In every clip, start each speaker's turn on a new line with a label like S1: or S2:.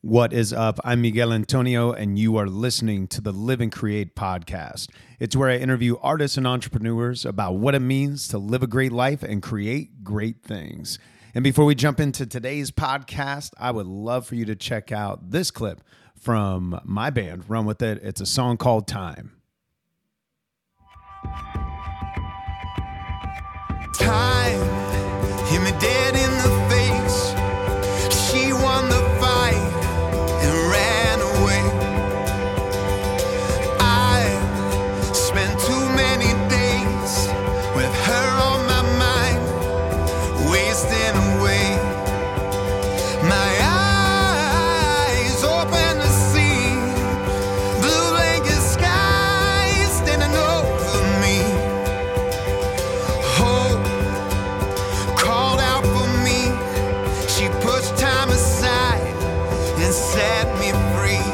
S1: What is up? I'm Miguel Antonio, and you are listening to the Live and Create podcast. It's where I interview artists and entrepreneurs about what it means to live a great life and create great things. And before we jump into today's podcast, I would love for you to check out this clip from my band, Run With It. It's a song called Time.
S2: Time hit me dead in the face. She won the fight and ran away. I spent too many days with her on my mind, wasting away. My eyes open to see blue blanket skies standing over me. Hope called out for me. She pushed time aside and set me free.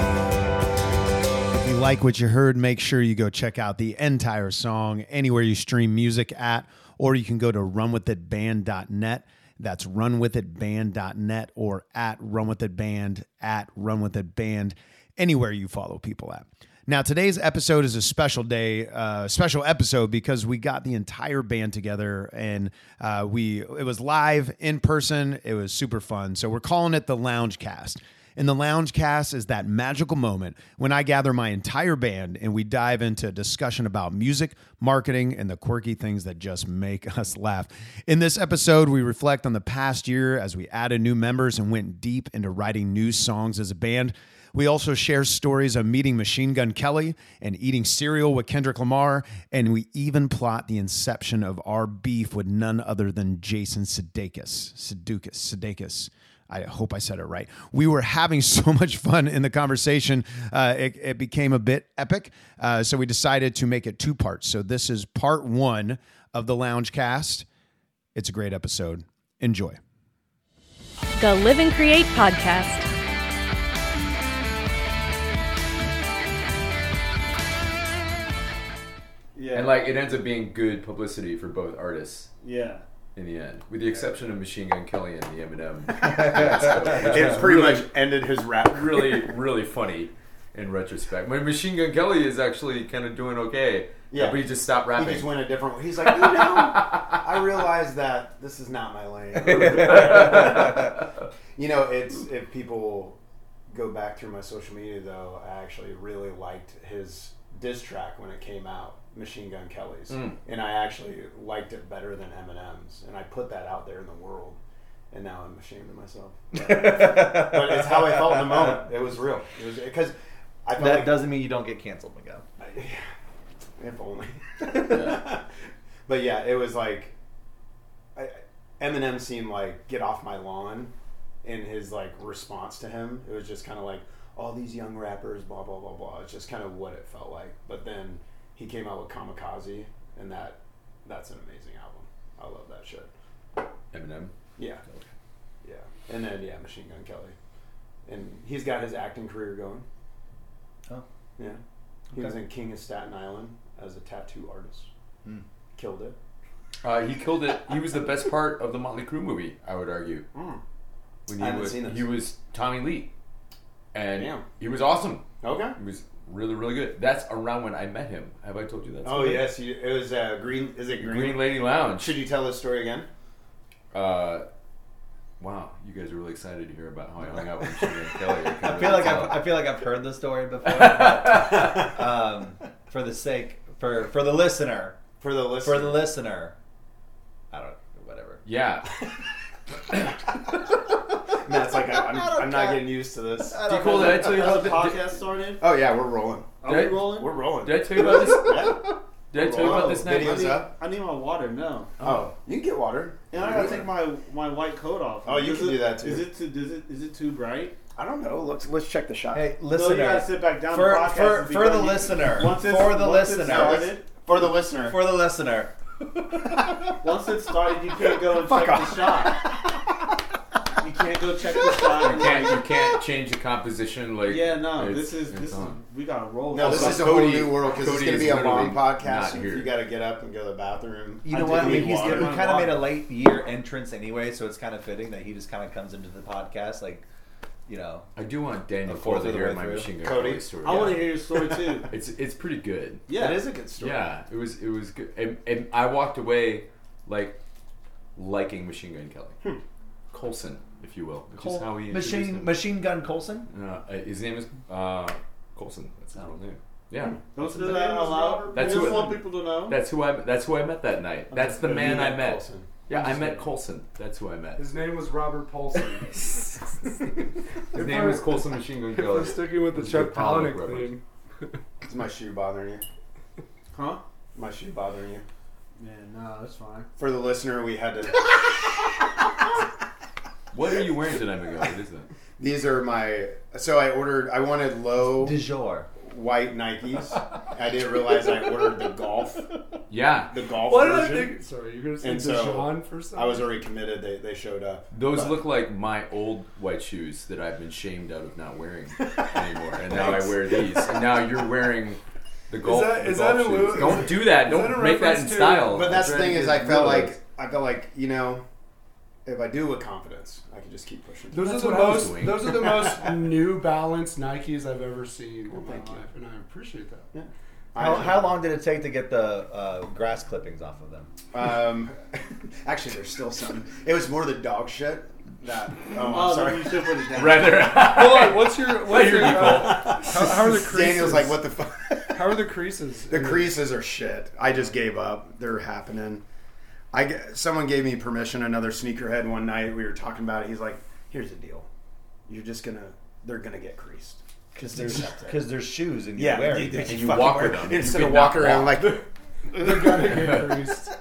S1: If you like what you heard, make sure you go check out the entire song anywhere you stream music at, or you can go to runwithitband.net. That's runwithitband.net or at runwithitband, at runwithitband, anywhere you follow people at. Now, today's episode is a special day, uh, special episode because we got the entire band together and uh, we it was live in person. It was super fun. So we're calling it the Lounge Cast. And the lounge cast is that magical moment when I gather my entire band and we dive into a discussion about music, marketing, and the quirky things that just make us laugh. In this episode, we reflect on the past year as we added new members and went deep into writing new songs as a band. We also share stories of meeting Machine Gun Kelly and eating cereal with Kendrick Lamar, and we even plot the inception of our beef with none other than Jason Sudeikis. Sudeikis, Sudeikis. I hope I said it right. We were having so much fun in the conversation. Uh, it, it became a bit epic. Uh, so we decided to make it two parts. So this is part one of the Lounge Cast. It's a great episode. Enjoy.
S3: The Live and Create podcast.
S4: Yeah.
S5: And like it ends up being good publicity for both artists
S4: yeah.
S5: in the end, with the exception of Machine Gun Kelly and the Eminem.
S6: it pretty much ended his rap.
S5: really, really funny in retrospect. When Machine Gun Kelly is actually kind of doing okay,
S6: Yeah.
S5: but he just stopped
S6: he
S5: rapping.
S6: just went a different. way. He's like, you know, I realize that this is not my lane. you know, it's if people go back through my social media though, I actually really liked his diss track when it came out, Machine Gun Kelly's,
S7: Hmm.
S6: and I actually liked it better than Eminem's, and I put that out there in the world. And now I'm ashamed of myself, but it's how I felt in the moment. It was real. It was because I felt
S7: That
S6: like
S7: doesn't mean you don't get canceled, Miguel.
S6: If only. But yeah, it was like I, Eminem seemed like "Get off my lawn" in his like response to him. It was just kind of like all these young rappers, blah blah blah blah. It's just kind of what it felt like. But then he came out with Kamikaze, and that that's an amazing album. I love that shit.
S5: Eminem.
S6: Yeah, yeah. And then yeah, Machine Gun Kelly, and he's got his acting career going.
S7: Oh.
S6: Yeah. He was
S7: Okay.
S6: in King of Staten Island as a tattoo artist.
S7: Mm.
S6: Killed it.
S5: Uh, he killed it. He was the best part of the Motley Crue movie, I would argue.
S6: Mm.
S5: When
S6: I
S5: he
S6: haven't
S5: was,
S6: seen this.
S5: He was Tommy Lee, and
S6: Damn.
S5: he was awesome.
S6: Okay.
S5: He was really, really good. That's around when I met him. Have I told you that?
S6: Oh
S5: story?
S6: yes, you, it was uh, green. Is it green?
S5: Green Lady Lounge.
S6: Should you tell this story again?
S5: Uh, wow, you guys are really excited to hear about how I hung out with Machine Gun Kelly.
S7: I feel like I've, I feel like I've heard the story before. But, um, for the sake for for the listener,
S6: For the list.
S7: for the listener, I don't whatever.
S5: yeah.
S6: Matt's like I, I'm, I'm not getting used to this.
S5: Do you call that? I tell you how
S4: How's the
S5: the podcast.
S4: podcast started?
S6: Oh yeah, we're rolling.
S4: Are we
S5: Did I-
S4: rolling?
S6: We're rolling.
S5: Did I tell you about this?
S6: Yeah.
S5: Did I tell you about this
S6: Rolling.
S5: night?
S4: I
S6: Videos
S4: need,
S6: up.
S4: I need my water now.
S6: Oh, you can get water.
S4: And I gotta take my, my white coat off.
S6: Oh, you
S4: Is
S6: can
S4: it-
S6: do that, too.
S4: Is it too? Does it? Is it too bright?
S6: I don't know. Let's let's check the shot.
S7: Hey,
S4: No,
S7: listener.
S4: you gotta sit back down.
S7: For-
S4: the podcast
S7: for-
S4: is
S7: for the
S4: beginning.
S7: listener.
S4: Once it's,
S7: For the
S4: once it
S7: listener.
S4: started-
S6: for the listener.
S7: for the listener.
S4: once it started, you can't go and
S6: Fuck
S4: check
S6: off.
S4: the shot. You can't go check the shot.
S5: You can't, you can't change the composition. Like
S4: Yeah, no.
S5: it's-
S4: This is
S5: it's
S4: this. Is,
S5: on.
S4: we gotta roll.
S6: no, this
S5: Also,
S6: is a whole
S5: Oh, Cody-
S6: new world because it's
S5: Cody
S6: going to
S5: is
S6: be a long
S5: literally
S6: podcast.
S5: not
S6: If
S5: here.
S6: you got to get up and go to the bathroom.
S7: You
S6: I
S7: know
S6: did
S7: what? I
S6: need
S7: mean, he's,
S6: water.
S7: we kind of made a late year entrance anyway, so it's kind of fitting that he just kind of comes into the podcast like you know.
S5: I do want Daniel
S7: A
S5: Cole
S7: fourth
S5: to
S7: of the
S5: hear
S7: way
S5: my
S7: through.
S5: machine gun
S6: Cody?
S5: Kelly story.
S4: I want
S5: Yeah.
S4: to hear your story too.
S5: It's it's pretty good.
S4: Yeah,
S6: That is a good story.
S5: Yeah, it was it was good, and, and I walked away like liking Machine Gun Kelly, Colson, if you will, which is how he introduced
S7: machine
S5: him.
S7: Machine Gun Colson.
S5: Uh, his name is uh, Colson. That's
S8: Oh.
S5: his real name.
S8: Hmm.
S5: Yeah,
S4: don't do that out loud.
S5: That's
S4: I just
S5: who-
S4: want people to know.
S5: that's who I that's who I met that night. That's the man I met.
S6: Coulson.
S5: Yeah, I met Colson. That's who I met.
S8: His name was Robert Paulson.
S5: His
S8: If
S5: name
S8: I-
S5: was Colson Machine Gun
S8: if we're
S5: Kelly.
S8: sticking with the
S5: It's
S8: Chuck
S5: good comic
S8: Palahniuk
S5: reference.
S8: theme,
S6: Is my shoe bothering you?
S4: huh?
S6: My shoe bothering you?
S4: Yeah, no, that's fine.
S6: For the listener, we had to.
S5: What are you wearing tonight, Miguel? What is that?
S6: These are my. So I ordered. I wanted low
S7: Du jour.
S6: white Nikes. I didn't realize I ordered the golf.
S5: Yeah,
S6: The golf
S8: what did I
S6: version.
S8: think? Sorry, you're gonna say
S6: And so,
S8: Deshaun for something.
S6: I was already committed. They, they showed up.
S5: Those
S6: But-
S5: look like my old white shoes that I've been shamed out of not wearing anymore, and now I
S6: Thanks.
S5: wear these. And now you're wearing the golf.
S8: that-
S5: the
S8: is
S5: golf
S8: that a
S5: shoes.
S8: move-
S5: Don't do that.
S8: is
S5: Don't
S8: that a
S5: make that in
S8: reference to-
S5: style.
S6: But that's the
S5: I'm
S6: thing
S5: trying
S6: is,
S5: to
S6: I
S5: get
S6: felt
S5: rid of
S6: like
S5: those.
S6: I felt like you know, if I do with confidence, I can just keep pushing.
S8: Those
S5: That's
S8: are the
S5: what I was
S8: most.
S5: doing.
S8: Those are the most New Balance Nikes I've ever seen in my
S6: thank you.
S8: life, and I appreciate that.
S7: How, how long did it take to get the uh, grass clippings off of them?
S6: Um, actually, there's still some. It was more the dog shit that. Oh, I'm
S4: Oh,
S6: sorry.
S4: then you should put it down.
S5: Rather,
S8: Hold on, what's your what's your? Uh, how, how are the creases?
S6: Daniel's like, what the fuck?
S8: How are the creases?
S6: the creases are shit. I just gave up. They're happening. I g- someone gave me permission. Another sneakerhead one night we were talking about it. He's like, "Here's the deal. You're just gonna. They're gonna get creased because they're
S7: Because there's shoes and you
S6: yeah.
S7: wear
S6: you-
S7: them.
S6: fucking
S5: you walk
S6: wear-
S5: with them. You
S6: instead
S5: could
S6: of
S5: not
S6: walking around
S5: walk.
S6: like."
S8: They're gonna get creased.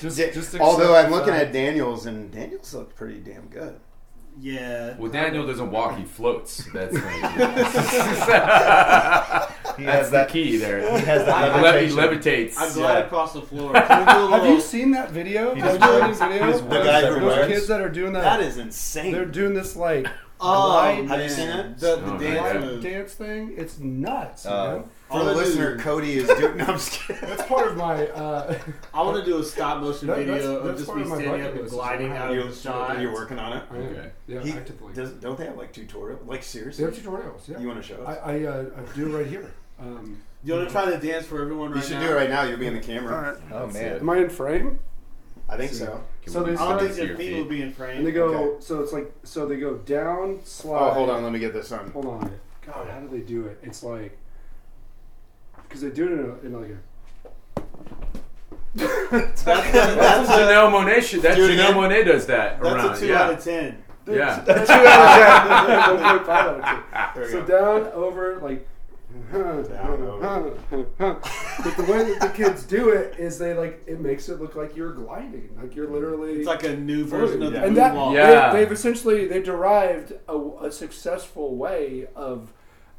S8: Just, just accept
S6: although I'm looking
S8: that.
S6: at Daniels and Daniels look pretty damn good.
S4: Yeah.
S5: well, Daniel doesn't walk; he floats. That's
S7: He
S5: that's
S7: has
S5: the
S7: that.
S5: key there.
S7: He has that
S5: He levi- he
S7: levitation.
S5: levitates.
S4: I'm glad
S7: Yeah.
S4: I crossed the floor. Can we do a
S8: Have
S4: little-
S8: you seen that video?
S7: He
S8: Those
S7: just wears-
S8: kids' video?
S7: he just wears
S6: guy who
S8: Those
S6: wears-
S8: kids that are doing that.
S6: That is insane.
S8: They're doing this like
S4: Oh,
S8: Have
S4: man.
S6: you seen it?
S4: The, the
S5: No, not
S4: dance
S5: yet.
S4: move.
S8: dance thing. It's nuts.
S7: Oh.
S8: man.
S6: For the
S4: All I
S6: listener,
S4: do-
S6: Cody is doing. No, I'm just kidding.
S8: That's part of my. Uh,
S4: I want to do a stop motion
S8: That- that's-
S4: video
S8: that's
S4: of just
S8: part
S4: me
S8: of my
S4: standing
S8: bucket
S4: up and
S8: list.
S4: gliding out
S6: You're,
S4: of the shot.
S6: you're working on it.
S5: Okay.
S8: Yeah,
S6: He-
S8: actively.
S6: does, don't they have like tutorial? Like seriously,
S8: They have tutorials. Yeah.
S6: you want to show
S8: I,
S6: us?
S8: I, uh, I do right here. Um,
S4: You want to try the dance for everyone right
S6: you should
S4: now?
S6: do it right now. You'll be in the camera.
S7: Oh man.
S8: am I in frame?
S6: I think so.
S5: Can
S8: So
S5: we
S8: they
S5: just
S4: I don't
S8: start-
S5: see
S4: think
S5: your
S4: their feet will be in frame.
S8: And they go.
S6: Okay.
S8: So it's like. So they go down. Slide.
S6: Oh, hold on. Let me get this on.
S8: Hold on. God, how do they do it? It's like. Because they do it in, a, in like a.
S4: That's, a, that's, a,
S5: Janelle Monet. should- That
S6: Do it
S5: Janelle
S6: again.
S5: Monet does that around.
S4: that's a 2
S5: yeah.
S4: out of 10.
S5: Yeah.
S8: Two out of ten. One point five out of ten.
S6: There we
S8: So
S6: go.
S8: down, over, like.
S6: over.
S8: but the way that the kids do it is they like it makes it look like you're gliding, like you're literally.
S4: It's like a new version of the
S8: and that
S4: moonwalk.
S5: Yeah.
S8: they, have essentially they derived a, a successful way of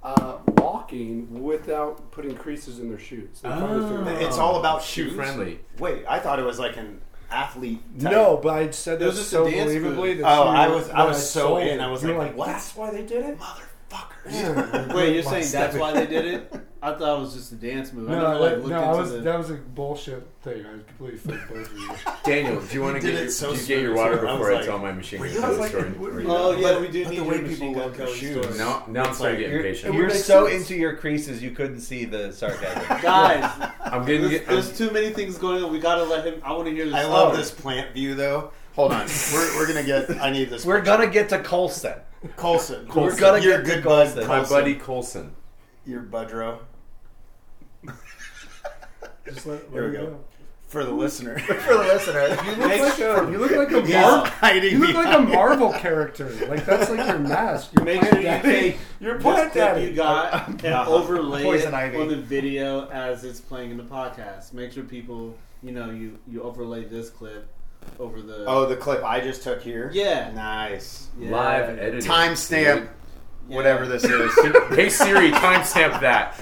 S8: uh, walking without putting creases in their shoes. They finally figured it out.
S6: It's all about
S5: Shoe
S6: shoes.
S5: friendly.
S6: Wait, I thought it was like an athlete. type.
S8: No, but I said
S4: It
S8: that
S4: was just
S8: so
S4: a dance
S8: believably. That
S6: Oh,
S8: you-
S6: I was.
S8: that
S6: I was so
S8: sold
S6: in.
S8: it.
S6: I was
S8: You
S6: like,
S8: were
S6: what?
S8: that's why they did it.
S6: Motherfuckers.
S4: Wait, you're saying that's why they did it? I thought it was just a dance move. I never like
S8: No, that,
S4: looked
S8: no,
S4: into
S8: I was,
S4: the.
S8: that was a bullshit thing. I completely flipped both of you.
S5: Daniel, do you want to
S6: did
S5: get
S6: it
S5: your,
S6: so
S5: do you get your
S6: smooth.
S5: water
S6: I was
S5: before I,
S6: like,
S5: tell my machine
S6: were
S5: gun
S6: you- I was
S5: Kelly
S6: like, were-
S5: story?
S4: oh
S6: But-
S4: yeah, we do
S6: but
S4: need
S6: the
S4: your
S6: way
S4: machine
S6: people
S4: gun
S6: love their
S4: Kelly
S6: shoes.
S4: story.
S5: No, now I'm starting to get
S7: You're,
S5: impatient.
S7: you're
S8: makes
S7: so
S8: sense.
S7: into your creases you couldn't see the sarcasm.
S4: Guys,
S5: I'm getting.
S4: there's,
S5: Get, I'm,
S4: there's too many things going on. We gotta let him. I want to hear this.
S6: I
S4: story.
S6: love this plant view though. Hold on, we're, we're gonna get. I need this.
S7: We're gonna get to Colson.
S6: Colson.
S7: We're gonna
S6: Your
S7: get to
S6: good bud,
S7: Colson.
S5: my
S6: Colson.
S5: buddy Colson.
S6: Your budro.
S8: Just let,
S6: Here
S8: let
S6: we
S8: it
S6: go. For the listener,
S7: For the listener, you
S8: You look like a, you look like a
S6: He's
S8: Marvel.
S6: hiding
S8: You look
S6: behind-
S8: like a Marvel character. Like that's like your mask. Your
S4: Make
S8: plant
S4: sure you
S8: daddy.
S4: take
S8: your
S4: This
S8: plant
S4: clip
S8: daddy.
S4: you got and overlay
S7: Poison
S4: it
S7: ivy.
S4: on the video as it's playing in the podcast. Make sure people, you know, you you overlay this clip over the.
S6: Oh, the clip I just took here.
S4: Yeah.
S6: Nice.
S4: Yeah.
S5: Live editing.
S6: Timestamp,
S4: Yeah.
S6: whatever this is.
S5: Hey Siri, timestamp that.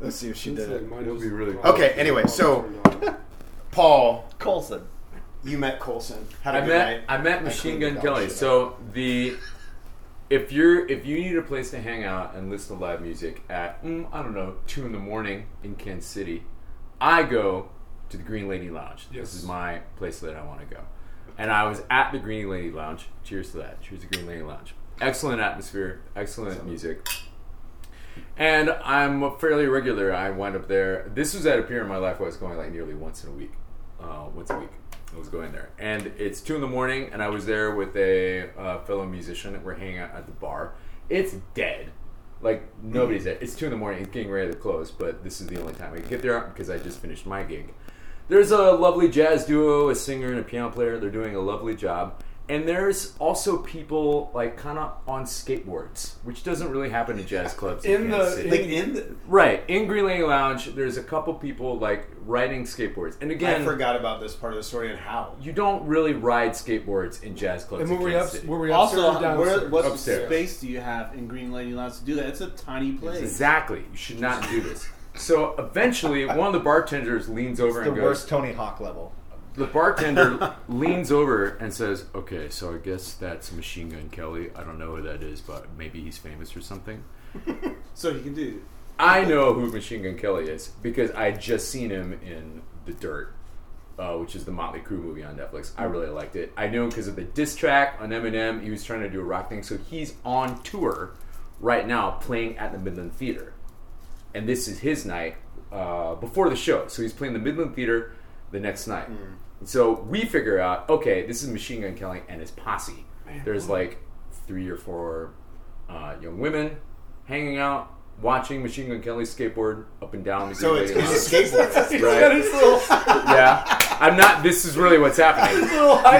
S6: Let's see if she did it.
S8: Mine was-
S5: be really cool.
S6: Okay. Anyway, so Paul,
S7: Colson.
S6: you met Colson. Had a
S5: I
S6: good
S5: met
S6: night.
S5: I met
S6: cleaned
S5: Machine
S6: the
S5: Gun
S6: dog
S5: Kelly.
S6: shit
S5: So the if you're if you need a place to hang out and listen to live music at mm, I don't know two in the morning in Kansas City, I go to the Green Lady Lounge.
S8: Yes.
S5: This is my place that I want to go. and I was at the Green Lady Lounge. Cheers to that. Cheers to Green Lady Lounge. Excellent atmosphere, excellent music. And I'm fairly regular. I wind up there. This was at a period in my life where I was going like nearly once in a week. Uh, once a week, I was going there. And it's two in the morning, and I was there with a uh, fellow musician. We're hanging out at the bar. It's dead. Like nobody's there. It's two in the morning. It's getting ready to close, but this is the only time I can get there because I just finished my gig. There's a lovely jazz duo, a singer and a piano player. They're doing a lovely job. And there's also people like kind of on skateboards, which doesn't really happen in jazz clubs in,
S9: In
S5: Kansas
S9: the-
S5: City.
S6: Like in the,
S5: right in Green Lane Lounge, there's a couple people like riding skateboards. And again,
S6: I forgot about this part of the story and how.
S5: you don't really ride skateboards in jazz clubs.
S9: And
S5: in
S9: were we
S5: Kansas
S9: up?
S5: City.
S9: Were we upstairs
S4: Also,
S9: or downstairs?
S4: where, what
S5: Upstairs.
S4: space do you have in Green Lady Lounge to do that? It's a tiny place.
S5: Exactly. You should not do this. So eventually, one of the bartenders leans over
S7: the
S5: and goes,
S7: worst Tony Hawk level.
S5: The bartender leans over and says, "Okay, so I guess that's Machine Gun Kelly. I don't know who that is, but maybe he's famous or something."
S4: So you can do.
S5: I know who Machine Gun Kelly is because I had just seen him in The Dirt, uh, which is the Motley Crue movie on Netflix. I really liked it. I knew him because of the diss track on Eminem. He was trying to do a rock thing, so he's on tour right now playing at the Midland Theater, and this is his night uh, before the show. So he's playing the Midland Theater the next night.
S6: Hmm.
S5: And So we figure out, okay, this is Machine Gun Kelly and his posse. There's like three or four uh, young women hanging out, watching Machine Gun Kelly skateboard up and down. the
S6: So
S5: Green
S6: Oh, it's,
S5: Lady
S6: it's a skateboard.
S5: Lounge, right? yeah, I'm not. This is really what's happening. You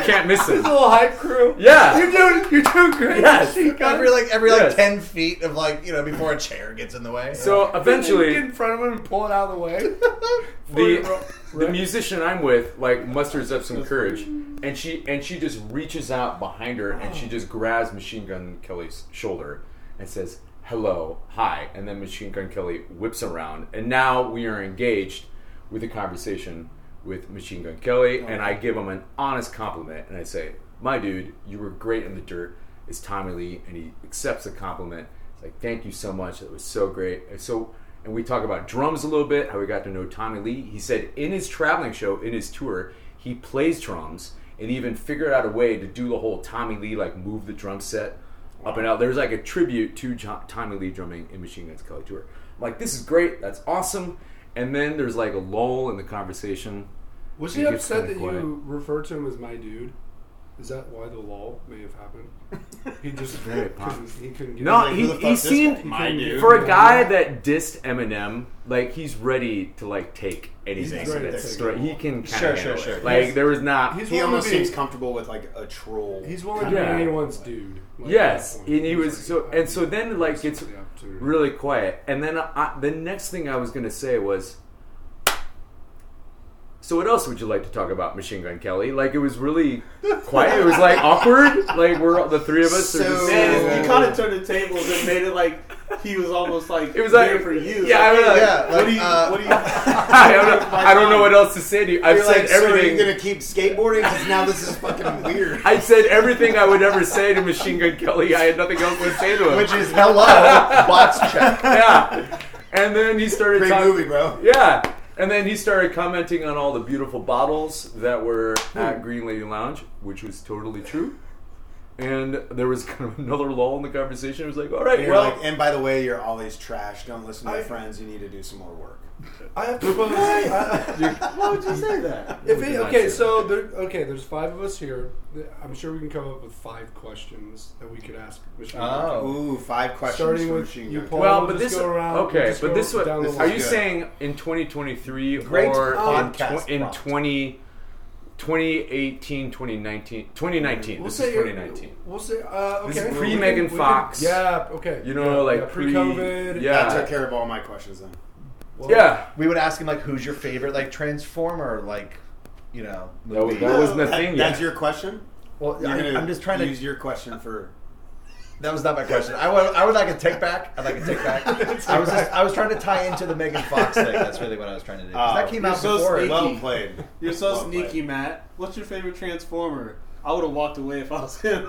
S5: can't miss it.
S7: little hype crew.
S5: Yeah,
S7: doing you're doing great.
S5: Yes.
S7: Every like every like
S5: Yes.
S7: ten feet of like you know before a chair gets in the way.
S5: So
S9: Get
S5: eventually,
S9: in front of him and pull it out of the way.
S5: the the musician I'm with like musters up some courage, and she and she just reaches out behind her and she just grabs Machine Gun Kelly's shoulder and says, "Hello, hi," and then Machine Gun Kelly whips around, and now we are engaged with a conversation with Machine Gun Kelly, and I give him an honest compliment, and I say, "My dude, you were great in the dirt." It's Tommy Lee, and he accepts the compliment. It's like, "Thank you so much. That was so great." And so and we talk about drums a little bit, how we got to know Tommy Lee. He said in his traveling show, in his tour, he plays drums and even figured out a way to do the whole Tommy Lee, like move the drum set up and out. There's like a tribute to jo- Tommy Lee drumming in Machine Guns Kelly Tour. I'm like, this is great, that's awesome. And then there's like a lull in the conversation.
S9: Was
S5: He
S9: he
S5: gets
S9: upset that
S5: kinda quiet.
S9: you referred to him as my dude? Is that why the lull may have happened? He just
S5: Very pop.
S9: couldn't, he couldn't get
S5: No,
S9: it.
S5: he, he seemed
S9: My dude.
S5: for a guy that dissed Eminem, like he's ready to like take anything
S9: ready to
S5: that's
S9: take
S5: thrown. He can kind
S7: Sure,
S5: of
S7: sure, sure.
S5: Like
S7: He's-
S5: there was not
S9: He's
S6: He
S9: willing
S6: almost
S9: to be,
S6: seems comfortable with like a troll.
S9: he's willing to be
S5: Yeah.
S9: anyone's dude. Like,
S5: Yes,
S9: at that
S5: and
S9: point,
S5: he
S9: he's
S5: was
S9: like,
S5: so,
S9: "Oh,
S5: and so then like
S9: this
S5: it's
S9: is the opportunity."
S5: really quiet, and then I, the next thing I was gonna say was, so what else would you like to talk about, Machine Gun Kelly? Like it was really quiet. It was like awkward. Like we're all- the three of us. are
S6: So-
S5: just
S4: Man,
S5: sitting
S4: you
S5: there.
S4: kind of turned the tables and made it like he was almost like
S5: It was like-
S4: there for you.
S5: yeah, I was like-
S7: Yeah,
S4: what do
S7: like,
S4: you?
S7: uh,
S4: what do you?
S5: I don't, know, I don't know what else to say to you. I've
S6: You're
S5: said
S6: like, so are
S5: everything.
S6: you gonna keep skateboarding? Because now this is fucking weird.
S5: I said everything I would ever say to Machine Gun Kelly. I had nothing else to say to him.
S7: which is hello box check.
S5: yeah, and then he started
S6: Great
S5: talking.
S6: movie, bro.
S5: Yeah. And then he started commenting on all the beautiful bottles that were
S6: Hmm.
S5: at Green Lady Lounge, which was totally true. And there was kind of another lull in the conversation. It was like, all right,
S6: And you're
S5: well,
S6: like, and by the way, you're always trash. Don't listen to your
S9: I-
S6: friends. You need to do some more work.
S9: I have to propose. I-
S4: Why would you say that?
S9: If
S5: Would
S9: it,
S5: you like
S9: okay,
S5: to-
S9: so there, okay, there's five of us here. I'm sure we can come up with five questions that we could ask Michelle.
S7: Oh.
S6: Ooh, five questions
S9: Starting
S6: for
S9: with
S6: machine
S9: you,
S6: gun.
S9: Paul.
S5: well,
S9: we'll
S5: but
S9: just
S5: this
S9: go around,
S5: okay,
S9: we'll just
S5: but
S9: go
S5: this was.
S9: down the
S5: are
S9: list.
S5: you saying in 2023
S7: Great
S5: or in,
S7: podcast
S5: tw- in
S7: prompt.
S5: 20, 2018, 2019, 2019?
S9: We'll
S5: this
S9: say
S5: is 2019.
S9: We'll say uh, okay.
S5: This is
S9: We
S5: pre
S9: can-
S5: Megan
S9: we can-
S5: Fox.
S9: yeah. Okay.
S5: You know, like pre-
S9: COVID.
S5: yeah.
S6: That took care of all my questions then.
S9: Well,
S5: Yeah,
S7: We would ask him like, who's your favorite like Transformer like, you know?
S5: that, was-
S7: movie?
S5: that wasn't a
S6: That-
S5: thing yet.
S6: That's your question.
S7: Well,
S6: You're
S7: I,
S6: gonna
S7: am just trying
S6: use
S7: to.
S6: your question for.
S7: That was not my question. I would, I would like a take back. I'd like a take back. I was just, I was trying to tie into the Megan Fox thing. That's really what I was trying to do. 'Cause
S6: Oh,
S7: that came out
S4: so
S7: before.
S4: sneaky.
S6: Well played.
S4: You're so
S6: Well played.
S4: sneaky, Matt. What's your favorite Transformer? I would have walked away if I was him.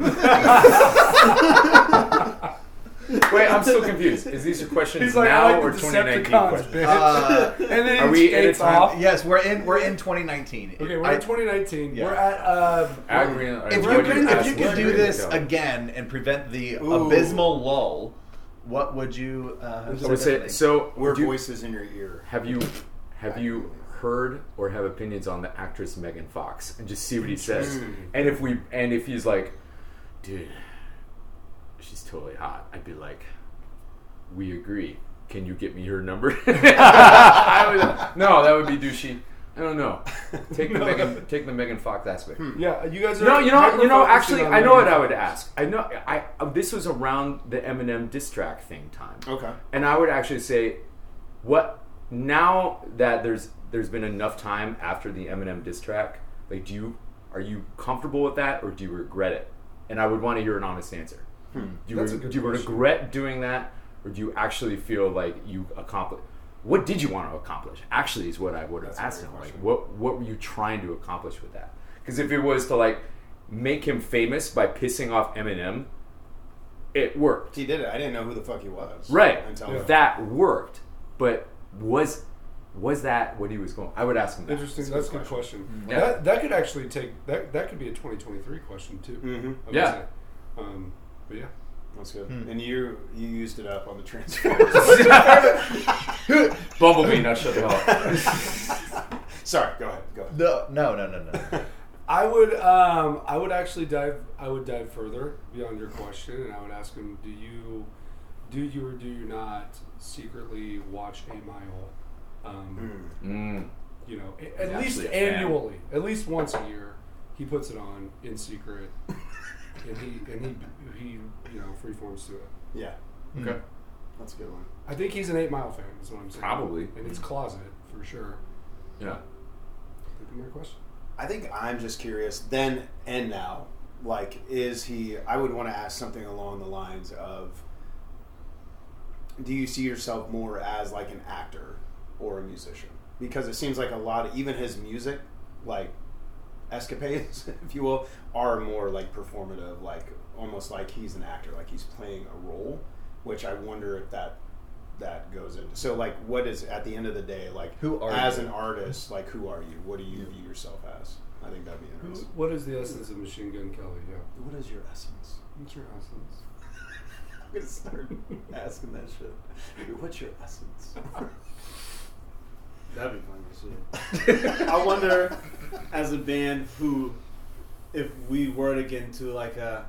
S5: Wait, I'm I'm still confused. Is these your questions
S8: He's like,
S5: now
S8: I like
S5: or
S8: the
S5: 2019
S8: Decepticons,
S5: questions?
S8: bitch.
S7: Uh,
S8: and then
S5: Are
S8: he
S5: we at a
S8: skates
S5: time-
S8: off.
S7: yes, we're in we're in 2019.
S8: Okay, we're
S7: I-
S8: in 2019.
S7: Yeah.
S8: We're at uh,
S5: Agri-
S7: if
S8: We're
S7: you
S8: gonna
S7: could, if
S8: ask
S7: you could
S8: where
S7: do
S8: we're
S7: this again and prevent the abysmal lull, what would you? Uh, have
S5: I would say
S7: differently?
S5: so.
S6: We're
S5: do you-
S6: voices in your ear.
S5: Have you have you heard or have opinions on the actress Megan Fox and just see what he says? And if we and if he's like, dude, she's totally hot, I'd be like, we agree. Can you get me her number? I would, no, that would be douchey. I don't know. Take the Megan take the Megan Fox aspect.
S8: yeah. You guys are
S5: No, you know, you know.
S8: hyper-focusing
S5: Actually,
S8: on
S5: I know
S8: the-
S5: what I would ask. I know. I uh, this was around the Eminem diss track thing time.
S6: Okay.
S5: And I would actually say, what now that there's there's been enough time after the Eminem diss track, like, do you are you comfortable with that or do you regret it? And I would want to hear an honest answer. Do you,
S7: Hmm. That's a
S5: re-
S7: good
S5: do you
S7: question.
S5: regret doing that or do you actually feel like you accomplished? What did you want to accomplish? Actually, is what I would have asked him. Like, what what were you trying to accomplish with that? Because if it was to like make him famous by pissing off Eminem, it worked.
S6: He did it. I didn't know who the fuck he was.
S5: Right.
S6: Until
S5: That worked, but was was that what he was going? I would ask him that.
S8: Interesting. That's a good question.
S5: Yeah.
S8: That, that could actually take that that could be a 2023 question too. I would
S5: Yeah. Hmm.
S8: say. Um, but yeah.
S6: That's good. And you you used it up on the Transformers.
S5: Bumblebee, not shut the hell up.
S6: Sorry. Go ahead. Go ahead.
S7: no, no, no, no, no.
S8: I would um, I would actually dive I would dive further beyond your question and I would ask him do you do you or do you not secretly watch A Mile um,
S5: Mm.
S8: you know a- at
S5: He's
S8: least
S5: actually a fan.
S8: annually at least once a year he puts it on in secret and he and he he you know freeforms to it
S6: Yeah.
S5: Okay.
S6: That's a good one.
S8: I think he's an 8 Mile fan is what I'm saying
S5: Probably.
S8: and it's closet for sure
S5: Yeah.
S8: That'd be my question
S6: I think I'm just curious then and now. Like, is he? I would want to ask something along the lines of Do you see yourself more as like an actor or a musician? Because it seems like a lot of even his music, like escapades, if you will, are more like performative, like almost like he's an actor, like he's playing a role, which I wonder if that that goes into. So like what is at the end of the day like
S7: Who are
S6: as
S7: you?
S6: an artist, like who are you? What do you view yourself as? I think that'd be interesting.
S8: what is the essence of Machine Gun Kelly yeah
S6: What is your essence?
S8: what's your essence
S6: I'm gonna start asking that shit. What's your essence?
S4: That'd be funny as shit. I wonder, as a band, who, if we were to get into like a,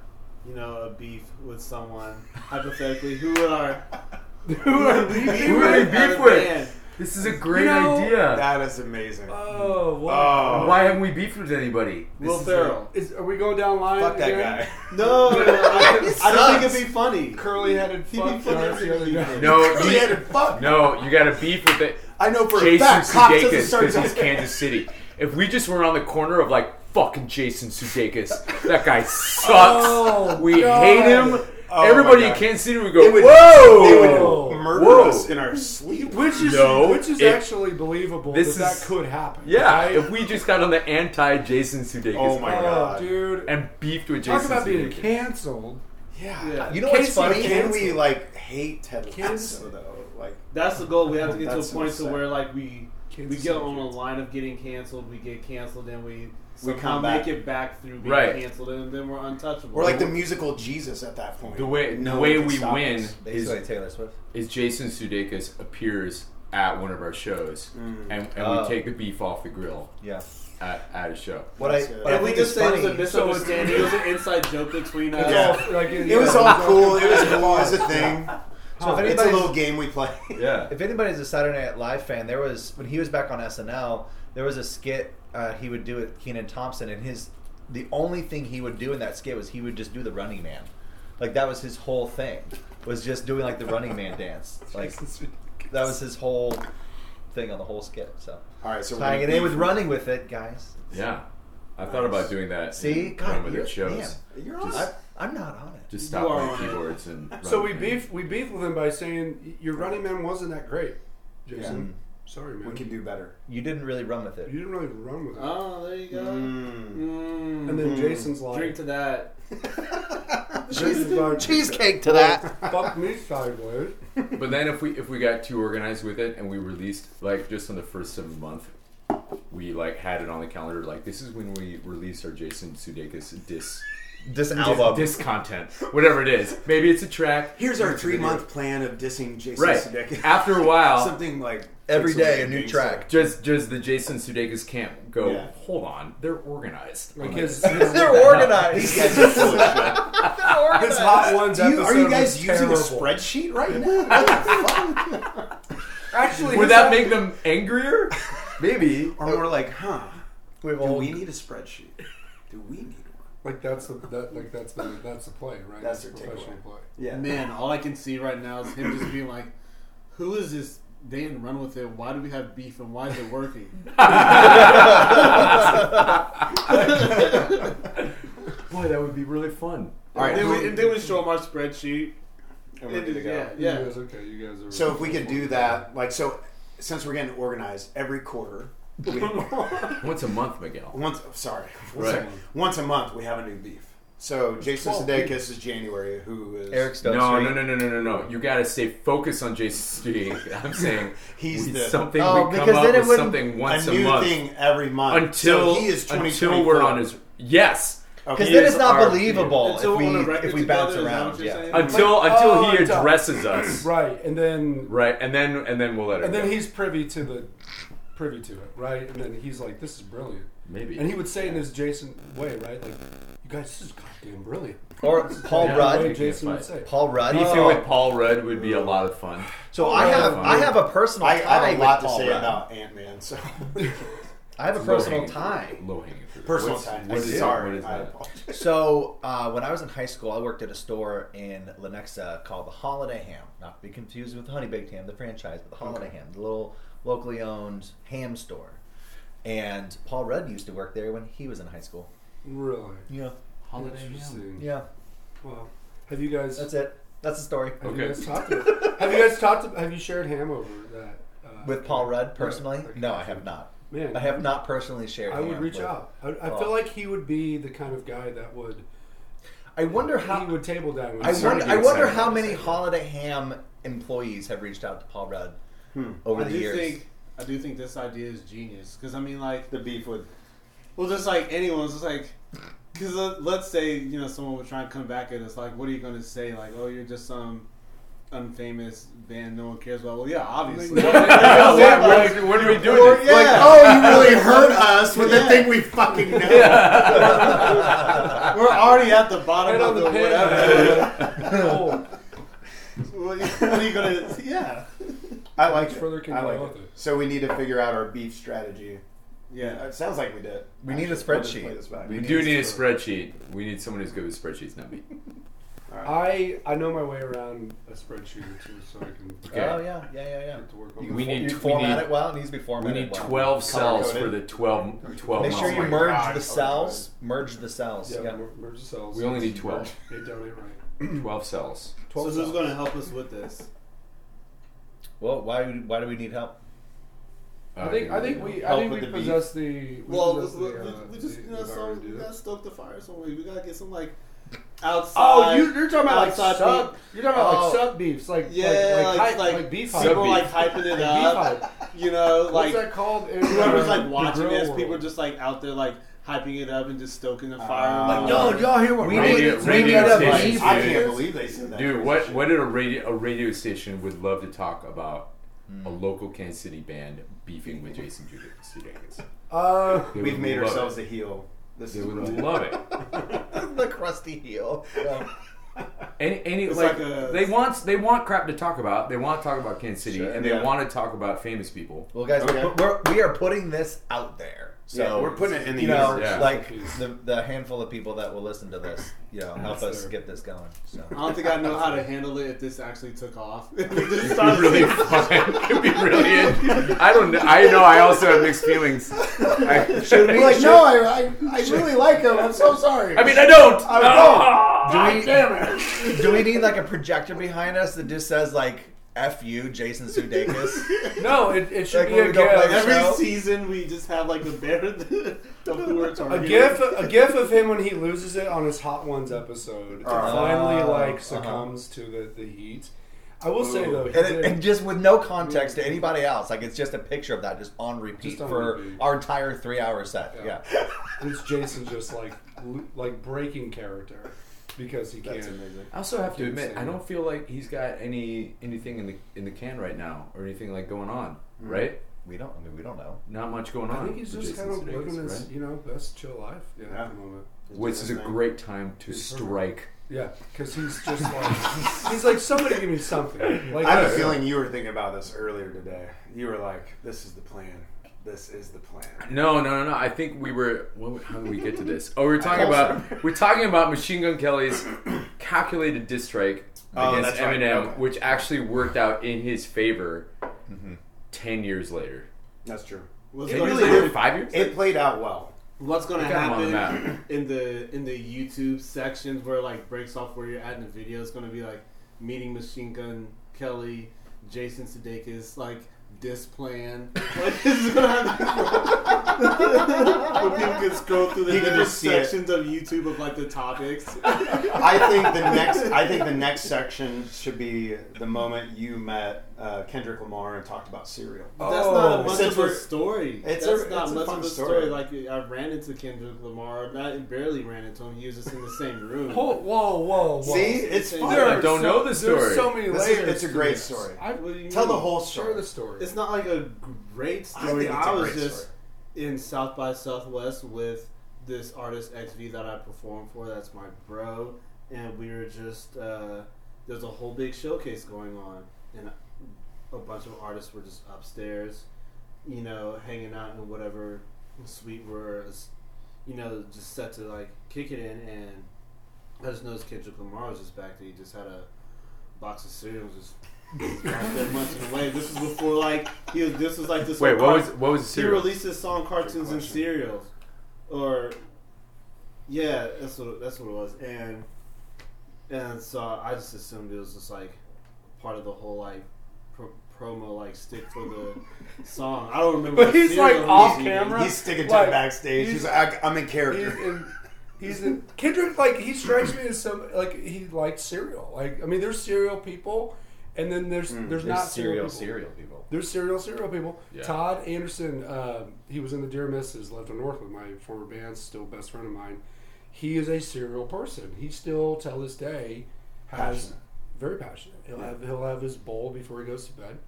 S4: you know, a beef with someone, hypothetically, who would our
S8: who are we
S5: Who would we beef with? This is a great
S8: know-
S5: idea.
S6: that is amazing.
S8: Oh, what?
S5: Why haven't we beefed with anybody? This
S4: Will
S5: is
S4: Ferrell?
S8: Is, are we going down line?
S6: Fuck that
S8: again?
S6: guy.
S4: No, no, no, I,
S7: It
S4: I don't think
S7: sucks.
S4: it'd be funny.
S8: Curly-headed
S4: be
S8: fuck.
S4: funny
S8: That's the
S4: if
S8: other
S4: he
S8: guy.
S5: a- No,
S6: He had
S5: you,
S6: a fuck.
S5: no, you got to beef with it.
S6: I know for
S5: Jason
S6: a fact. Cop doesn't
S5: Sudeikis
S6: start
S5: because he's Kansas City. If we just were on the corner of like fucking Jason Sudeikis, that guy sucks.
S8: Oh,
S5: we
S8: God.
S5: hate him.
S6: Oh,
S5: Everybody
S6: my
S5: in
S6: God.
S5: Kansas City would go,
S6: It would-
S5: whoa!
S6: They would murder
S5: Whoa.
S6: us in our sleep.
S8: Which is
S5: No,
S8: which is
S5: it-
S8: actually believable
S5: this
S8: that
S5: is-
S8: that could happen.
S5: Yeah,
S8: right?
S5: if we just got on the anti Jason Sudeikis
S6: Oh my
S5: corner
S8: oh,
S6: God.
S8: dude,
S5: and beefed with
S8: talk
S5: Jason
S8: about being
S5: Sudeikis.
S8: canceled.
S6: Yeah.
S7: You know what's
S8: Casey
S7: funny?
S6: Can we like hate Ted
S8: Kansas-
S6: Lasso though? Like
S4: That's the goal. We have to get
S6: That's
S4: to a point to
S6: insane.
S4: where like we we
S8: Kansas
S4: get
S8: City
S4: on a
S8: Chiefs.
S4: line of getting canceled. We get canceled, and we
S6: We
S4: somehow
S6: come
S4: make
S6: back.
S4: it back through being
S5: Right.
S4: canceled, and then we're untouchable.
S6: we're like the musical Jesus at that point.
S5: The way
S6: No one
S5: the way
S6: can
S5: we
S6: stop
S5: win
S6: us.
S5: is,
S7: Basically, Taylor Swift.
S5: is Jason Sudeikis appears at one of our shows,
S6: Mm.
S5: and, and
S7: Oh.
S5: we take the beef off the grill
S7: Yeah.
S5: at, at a show.
S7: What
S6: That's
S7: I
S6: good.
S7: what I
S4: If we
S7: think
S4: just
S7: is
S4: say it was a
S7: funny-
S4: misunderstanding, it was an inside joke between us.
S6: Yeah.
S8: Oh, like,
S6: It was all cool. It was cool. It was a thing.
S7: So if
S6: It's a
S7: anybody's-
S6: little game we play.
S5: Yeah.
S7: If anybody's a Saturday Night Live fan, there was when he was back on SNL, there was a skit uh, he would do with Keenan Thompson, and his the only thing he would do in that skit was he would just do the Running Man, like that was his whole thing, was just doing like the Running Man dance, like that was his whole thing on the whole skit. So
S6: All right, so we're
S7: tying it
S6: gonna
S7: in with
S6: beef-
S7: running with it, guys.
S5: Yeah. I thought about doing that.
S7: See,
S5: in
S7: God,
S5: one
S7: you're-
S5: of the shows.
S7: man, you're on. I, I'm not on it.
S5: Just
S4: You
S5: stop
S4: are
S5: playing
S4: on it.
S5: keyboards and.
S8: So
S5: run
S8: we
S5: and-
S8: beef we beef with him by saying your running man wasn't that great, Jason.
S6: Mm.
S8: Sorry, man.
S6: We can do better.
S7: You didn't really run with
S8: you
S7: it.
S8: didn't really run with it.
S4: Oh, there you go.
S6: Mm.
S4: Mm.
S8: and then Jason's like,
S4: Drink to that.
S9: Cheese-
S6: cheesecake to that.
S8: Fuck me sideways.
S5: But then if we if we got too organized with it and we released like just on the first of the month, we like had it on the calendar like this is when we released our Jason Sudeikis dis
S7: This album.
S5: dis content whatever it is. Maybe it's a track.
S6: Here's our
S5: maybe it's a
S6: three
S5: video.
S6: month plan of dissing Jason
S5: Right
S6: Sudeikis.
S5: after a while,
S6: Something like
S7: Every
S6: six
S7: day, a
S6: weeks.
S7: new track.
S5: just just the Jason Sudeikis camp go.
S6: Yeah.
S5: Hold on, they're organized.
S8: Because
S7: They're organized.
S6: These guys are full of shit.
S7: They're organized.
S8: His Hot Ones
S6: Do you,
S8: episode
S6: are you guys
S8: was
S6: using
S8: terrible.
S6: a spreadsheet right now? What the fuck?
S8: Actually,
S5: Would
S8: his
S5: that
S8: epi-
S5: make them angrier? Maybe.
S6: Or we're like, huh?
S7: We've
S6: Do
S7: all-
S6: we need a spreadsheet? Do we need one?
S8: like that's the that, like that's the that's the play, right?
S6: That's
S8: the
S6: their
S8: professional
S6: takeaway.
S8: play.
S6: Yeah.
S4: Man, all I can see right now is him just being like, "Who is this? They didn't run with it. Why do we have beef? And why is it working?"
S5: Boy, that would be really fun.
S6: All right.
S4: Then
S6: who-
S4: we, and then we show him our spreadsheet.
S6: and we're good to go.
S4: Yeah,
S8: You
S4: yeah.
S8: guys, okay, you guys are.
S6: So if we could do that, like, so since we're getting organized every quarter, we,
S5: Once a month, Miguel.
S6: once oh, sorry,
S5: Right.
S6: once a month we have a new beef. So Jason Sudeikis is January, who is
S7: Eric Stokes.
S5: No, no, no, no, no, no, no. You gotta stay focused on Jason Sudeikis. I'm saying
S6: He's
S5: we-
S6: the-
S5: something
S7: Oh,
S5: we come
S7: because
S5: up
S7: then it
S5: with
S7: wouldn't-
S5: something
S6: a
S5: once a,
S6: new
S5: month
S6: thing every month
S5: until
S6: so he is
S5: until we're on
S6: 2024.
S5: his yes.
S7: Because
S6: Okay.
S7: then
S5: He
S7: it's
S5: is
S7: not
S5: our-
S7: believable
S4: Until
S7: if we
S4: we're on a record
S7: if we bounce
S4: together, is that
S7: around.
S4: what you're
S7: Yeah.
S4: saying?
S5: Until until
S8: oh,
S5: he
S8: until-
S5: addresses us. right.
S8: right, and then
S5: and then and then we'll let it
S8: and then
S5: go.
S8: he's privy to the privy to it, right? And then he's like, "This is brilliant."
S5: maybe
S8: And he would say in his Jason way, right? Like, "You guys, this is goddamn brilliant."
S7: Or Paul
S5: Yeah.
S8: The way
S7: Rudd.
S8: Jason
S5: Yeah,
S8: would
S5: but-
S8: say.
S7: Paul Rudd.
S5: beefing
S7: Oh.
S5: with Paul Rudd would be a lot of fun.
S7: So I have
S5: Rudd.
S7: I have a personal
S6: I, I
S7: tie
S6: have a lot
S7: with
S6: to
S7: Paul
S6: say
S7: Rudd.
S6: about Ant Man. So
S7: I have a personal tie.
S5: Low hanging fruit.
S6: personal
S5: What's-
S6: time.
S5: what is-
S6: sorry,
S5: what is
S6: I
S5: that?
S6: apologize.
S7: So uh, when I was in high school, I worked at a store in Lenexa called the Holiday Ham, not to be confused with Honey Baked Ham, the franchise, but the Holiday Ham, the little locally owned ham store. And Paul Rudd used to work there when he was in high school.
S8: Really?
S7: Yeah,
S8: Interesting.
S7: yeah.
S8: Well, have you guys?
S7: That's it. That's the story
S8: Have
S5: Okay.
S8: you guys talked? To, have you guys talked? To, have you shared ham over that? Uh,
S7: with Paul Rudd personally.
S8: Right, okay.
S7: No, I have not.
S8: Man,
S7: I have not personally shared.
S8: I would
S7: ham
S8: reach
S7: with-
S8: out. I, I
S7: Paul.
S8: feel like he would be the kind of guy that would.
S7: I wonder how.
S8: He would table down. With
S7: I
S8: him.
S7: wonder,
S5: to
S7: I
S5: get
S7: wonder
S5: excited
S7: how
S5: about
S7: many
S5: this.
S7: Holiday Ham employees have reached out to Paul Rudd over
S4: I
S7: the
S4: do
S7: years.
S4: think I do think this idea is genius because I mean, like,
S6: the beef with
S4: well, just like anyone's, just like, because uh, let's say you know someone would try and come back at us, like, what are you going to say? Like, oh, you're just some unfamous band no one cares about. Well, yeah, obviously.
S5: Yeah, what, what, what are we doing?
S4: Or,
S5: Like,
S4: yeah.
S6: oh, you really hurt us with the thing we fucking know.
S4: We're already at the bottom
S8: Right
S4: of
S8: on
S4: the,
S8: the pin.
S4: whatever.
S8: Oh,
S4: what are you gonna? Yeah,
S6: I like
S8: Much
S6: it.
S8: further can
S6: I
S8: go
S6: like
S8: with
S6: it.
S8: it.
S6: So we need to figure out our beef strategy.
S4: yeah.
S6: It sounds like we did.
S7: We need a
S6: Actually, we'll just
S7: spreadsheet.
S6: play this back.
S5: We do need a spreadsheet. We need someone who's good with spreadsheets, not me.
S8: I I know my way around a spreadsheet or two, so I can
S5: Okay.
S7: Oh yeah, yeah, yeah, yeah.
S8: get to work on.
S7: You
S8: that.
S5: We
S7: can
S5: need-
S7: you
S5: we
S7: format
S5: need-
S7: it well. It needs to be
S5: We
S7: formatted.
S5: need
S7: well.
S5: 12 cells for
S6: coded.
S5: the 12, 12
S7: Make sure
S5: months. Oh
S7: you
S6: my
S7: merge
S6: God.
S7: the cells. Merge the cells.
S8: Yeah,
S7: Yeah.
S8: mer- merge the cells.
S5: We only need 12.
S8: They donate right.
S5: 12 cells.
S4: So who's going to help us with this?
S7: Well, why why do we need help?
S8: I think I think we I
S6: Help
S8: think
S6: with
S8: we
S6: the beef.
S8: possess the. We
S4: Well,
S8: possess
S4: we,
S8: the, uh,
S4: we, we just
S8: the-
S4: you
S8: the
S4: know,
S8: power
S4: so
S8: to do
S4: we
S8: that.
S4: gotta stoke the fire some way. We gotta get some like outside.
S8: Oh, you, you're talking about like
S4: Uh, outside
S8: sub.
S4: beef.
S8: You're talking about
S7: Oh.
S8: like sub beefs, like
S4: Yeah,
S8: like
S4: like, like,
S8: like, hy- like beef hype.
S5: sub
S4: people
S5: hype.
S4: like hyping it
S8: Like beef
S4: up. you know,
S8: What's
S4: like
S8: that called? In,
S4: whoever's
S8: uh,
S4: like
S8: the
S4: watching
S8: grill
S4: this,
S8: world?
S4: people just like out there like hyping it up and just stoking the fire.
S6: Ah.
S4: like,
S6: Yo,
S7: y'all hear what we
S5: Uh, radio-
S7: need?
S5: radio
S7: we need a
S5: stations
S7: beef.
S5: do.
S6: I can't believe they said that.
S5: Dude, what, what did a radio, a radio station would love to talk about a local Kansas City band beefing with Jason Sudeikis?
S8: Uh,
S5: They
S6: We've
S5: would
S6: made
S5: love
S6: ourselves
S5: it.
S6: a heel. This
S5: They
S6: is
S5: would
S6: really-
S5: love it.
S7: the crusty heel. Yeah.
S5: Any, any
S4: It's
S5: like,
S4: like a-
S5: they want they want crap to talk about. They want to talk about Kansas City,
S7: Sure.
S5: and they
S6: Yeah.
S5: want to talk about famous people.
S7: Well, guys,
S6: Okay.
S7: we're, we're, we are putting this out there. So
S6: Yeah, we're putting it in the
S7: you know,
S6: universe.
S5: Yeah.
S7: like the, the handful of people that will listen to this, you know, help us
S8: Sure.
S7: get this going. So.
S4: I don't think I know how to handle it if this actually took off.
S5: It'd be really fun. It'd be brilliant. I don't. know. I know. I also have mixed feelings. I,
S7: Should we, should-
S6: I, I, I really like him. I'm so sorry.
S5: I mean, I don't.
S6: I don't.
S5: Ah,
S7: Do we-
S5: damn it.
S7: do we need like a projector behind us that just says like F you, Jason Sudeikis.
S8: No, it, it should
S7: Like
S8: be
S7: when
S8: a
S7: we don't play
S8: gif.
S4: Every
S7: Michelle?
S4: season we just have like a bear of who we're
S8: A
S4: targeting.
S8: gif, a gif of him when he loses it on his Hot Ones episode, and
S7: Uh-huh.
S8: finally like
S7: Uh-huh.
S8: succumbs to the, the heat. I will say though, he
S7: and,
S8: did-
S7: and just with no context to anybody else. Like it's just a picture of that just on repeat
S8: Just on
S7: for
S8: repeat.
S7: our entire three hour set.
S8: Yeah.
S7: Yeah.
S8: it's Jason just like lo- like breaking character because he can't.
S6: That's amazing.
S5: I also have to
S8: Dude,
S5: admit,
S8: same.
S5: I don't feel like he's got any anything in the in the can right now or anything like going on, right?
S7: We don't I mean we don't know.
S5: Not much going on.
S8: I think he's
S5: with
S8: just
S5: Jason
S8: kind of
S5: Sudeikis,
S8: living his
S5: right?
S8: you know best chill life. Yeah,
S6: Yeah.
S8: at the moment.
S5: Which is a great time to
S8: He's perfect.
S5: strike.
S8: Yeah, because he's just like he's like somebody give me something. Like
S6: I have a feeling you were thinking about this earlier today. You were like, "This is the plan. This is the plan."
S5: No, no, no, no. I think we were. What, how did we get to this? Oh, we we're talking about we're talking about Machine Gun Kelly's calculated diss strike
S6: Oh,
S5: against
S6: that's right.
S5: Eminem,
S6: Okay.
S5: which actually worked out in his favor. Ten years later,
S6: That's true.
S4: What's
S5: it
S4: gonna-
S5: really did five years.
S6: It played out well.
S4: What's going to
S5: Look at him on the
S4: happen in the in the YouTube sections where like breaks off where you're at in the video is going to be like meeting Machine Gun Kelly, Jason Sudeikis, like this plan. Like this is going to happen. when people can scroll through the
S6: You can
S4: different
S6: just see it.
S4: sections of YouTube of like the topics.
S6: I think the next. I think the next section should be the moment you met uh, Kendrick Lamar and talked about cereal.
S4: That's not
S6: Oh.
S4: much
S6: Since
S4: of a
S6: we're-
S4: story.
S6: It's
S4: That's
S6: a-
S4: not
S6: it's a
S4: much
S6: fun
S4: of a story.
S6: story.
S4: Like I ran into Kendrick Lamar. I barely ran into him. He was just in the same room.
S8: Whoa, whoa, whoa! whoa.
S6: See, it's fun.
S8: There
S5: I
S8: are
S5: don't
S8: so-
S5: know this
S8: There's
S5: story.
S8: so many
S6: This is-
S8: layers.
S6: it's a
S8: to
S6: great
S8: this.
S6: story.
S8: I,
S4: What do you
S6: Tell the
S4: mean?
S6: whole
S8: share the
S6: story.
S8: story.
S4: It's not like a great
S6: I
S4: story.
S6: think
S4: I,
S6: it's a
S4: was
S6: great
S4: just
S6: story.
S4: in South by Southwest with this artist XV that I performed for. That's my bro, and we were just uh, there's a whole big showcase going on, and a bunch of artists were just upstairs, you know, hanging out in whatever suite we're, you know, just set to like kick it in. And I just noticed Kendrick Lamar was just back there. He just had a box of cereal, just. out there munching away. This was before like he was. This was like this.
S5: Wait,
S4: whole
S5: what
S4: car-
S5: was what was the
S4: he
S5: cereal?
S4: released his song "Cartoons
S6: question.
S4: and Cereals," or yeah, that's what that's what it was. And and so I just assumed it was just like part of the whole like pro- promo like stick for the song. I don't remember.
S8: But
S4: what
S8: he's,
S4: cereal
S8: like,
S4: it was
S8: off
S4: even.
S8: camera.
S6: He's sticking to
S8: Like,
S6: the backstage. He's,
S8: he's-
S6: like, I, I'm in
S8: he's
S6: character.
S8: in, he's in Kendrick. Like he strikes me as some like he likes cereal. Like I mean, there's cereal people, and then there's there's,
S7: There's
S8: not cereal people.
S7: serial people.
S8: There's serial serial people.
S5: Yeah.
S8: Todd Anderson, um, he was in the Dear Misses, Left and North with my former band, still best friend of mine. He is a serial person. He still, till this day, has
S6: Passionate.
S8: very passionate. He'll have he'll have his bowl before he goes to bed.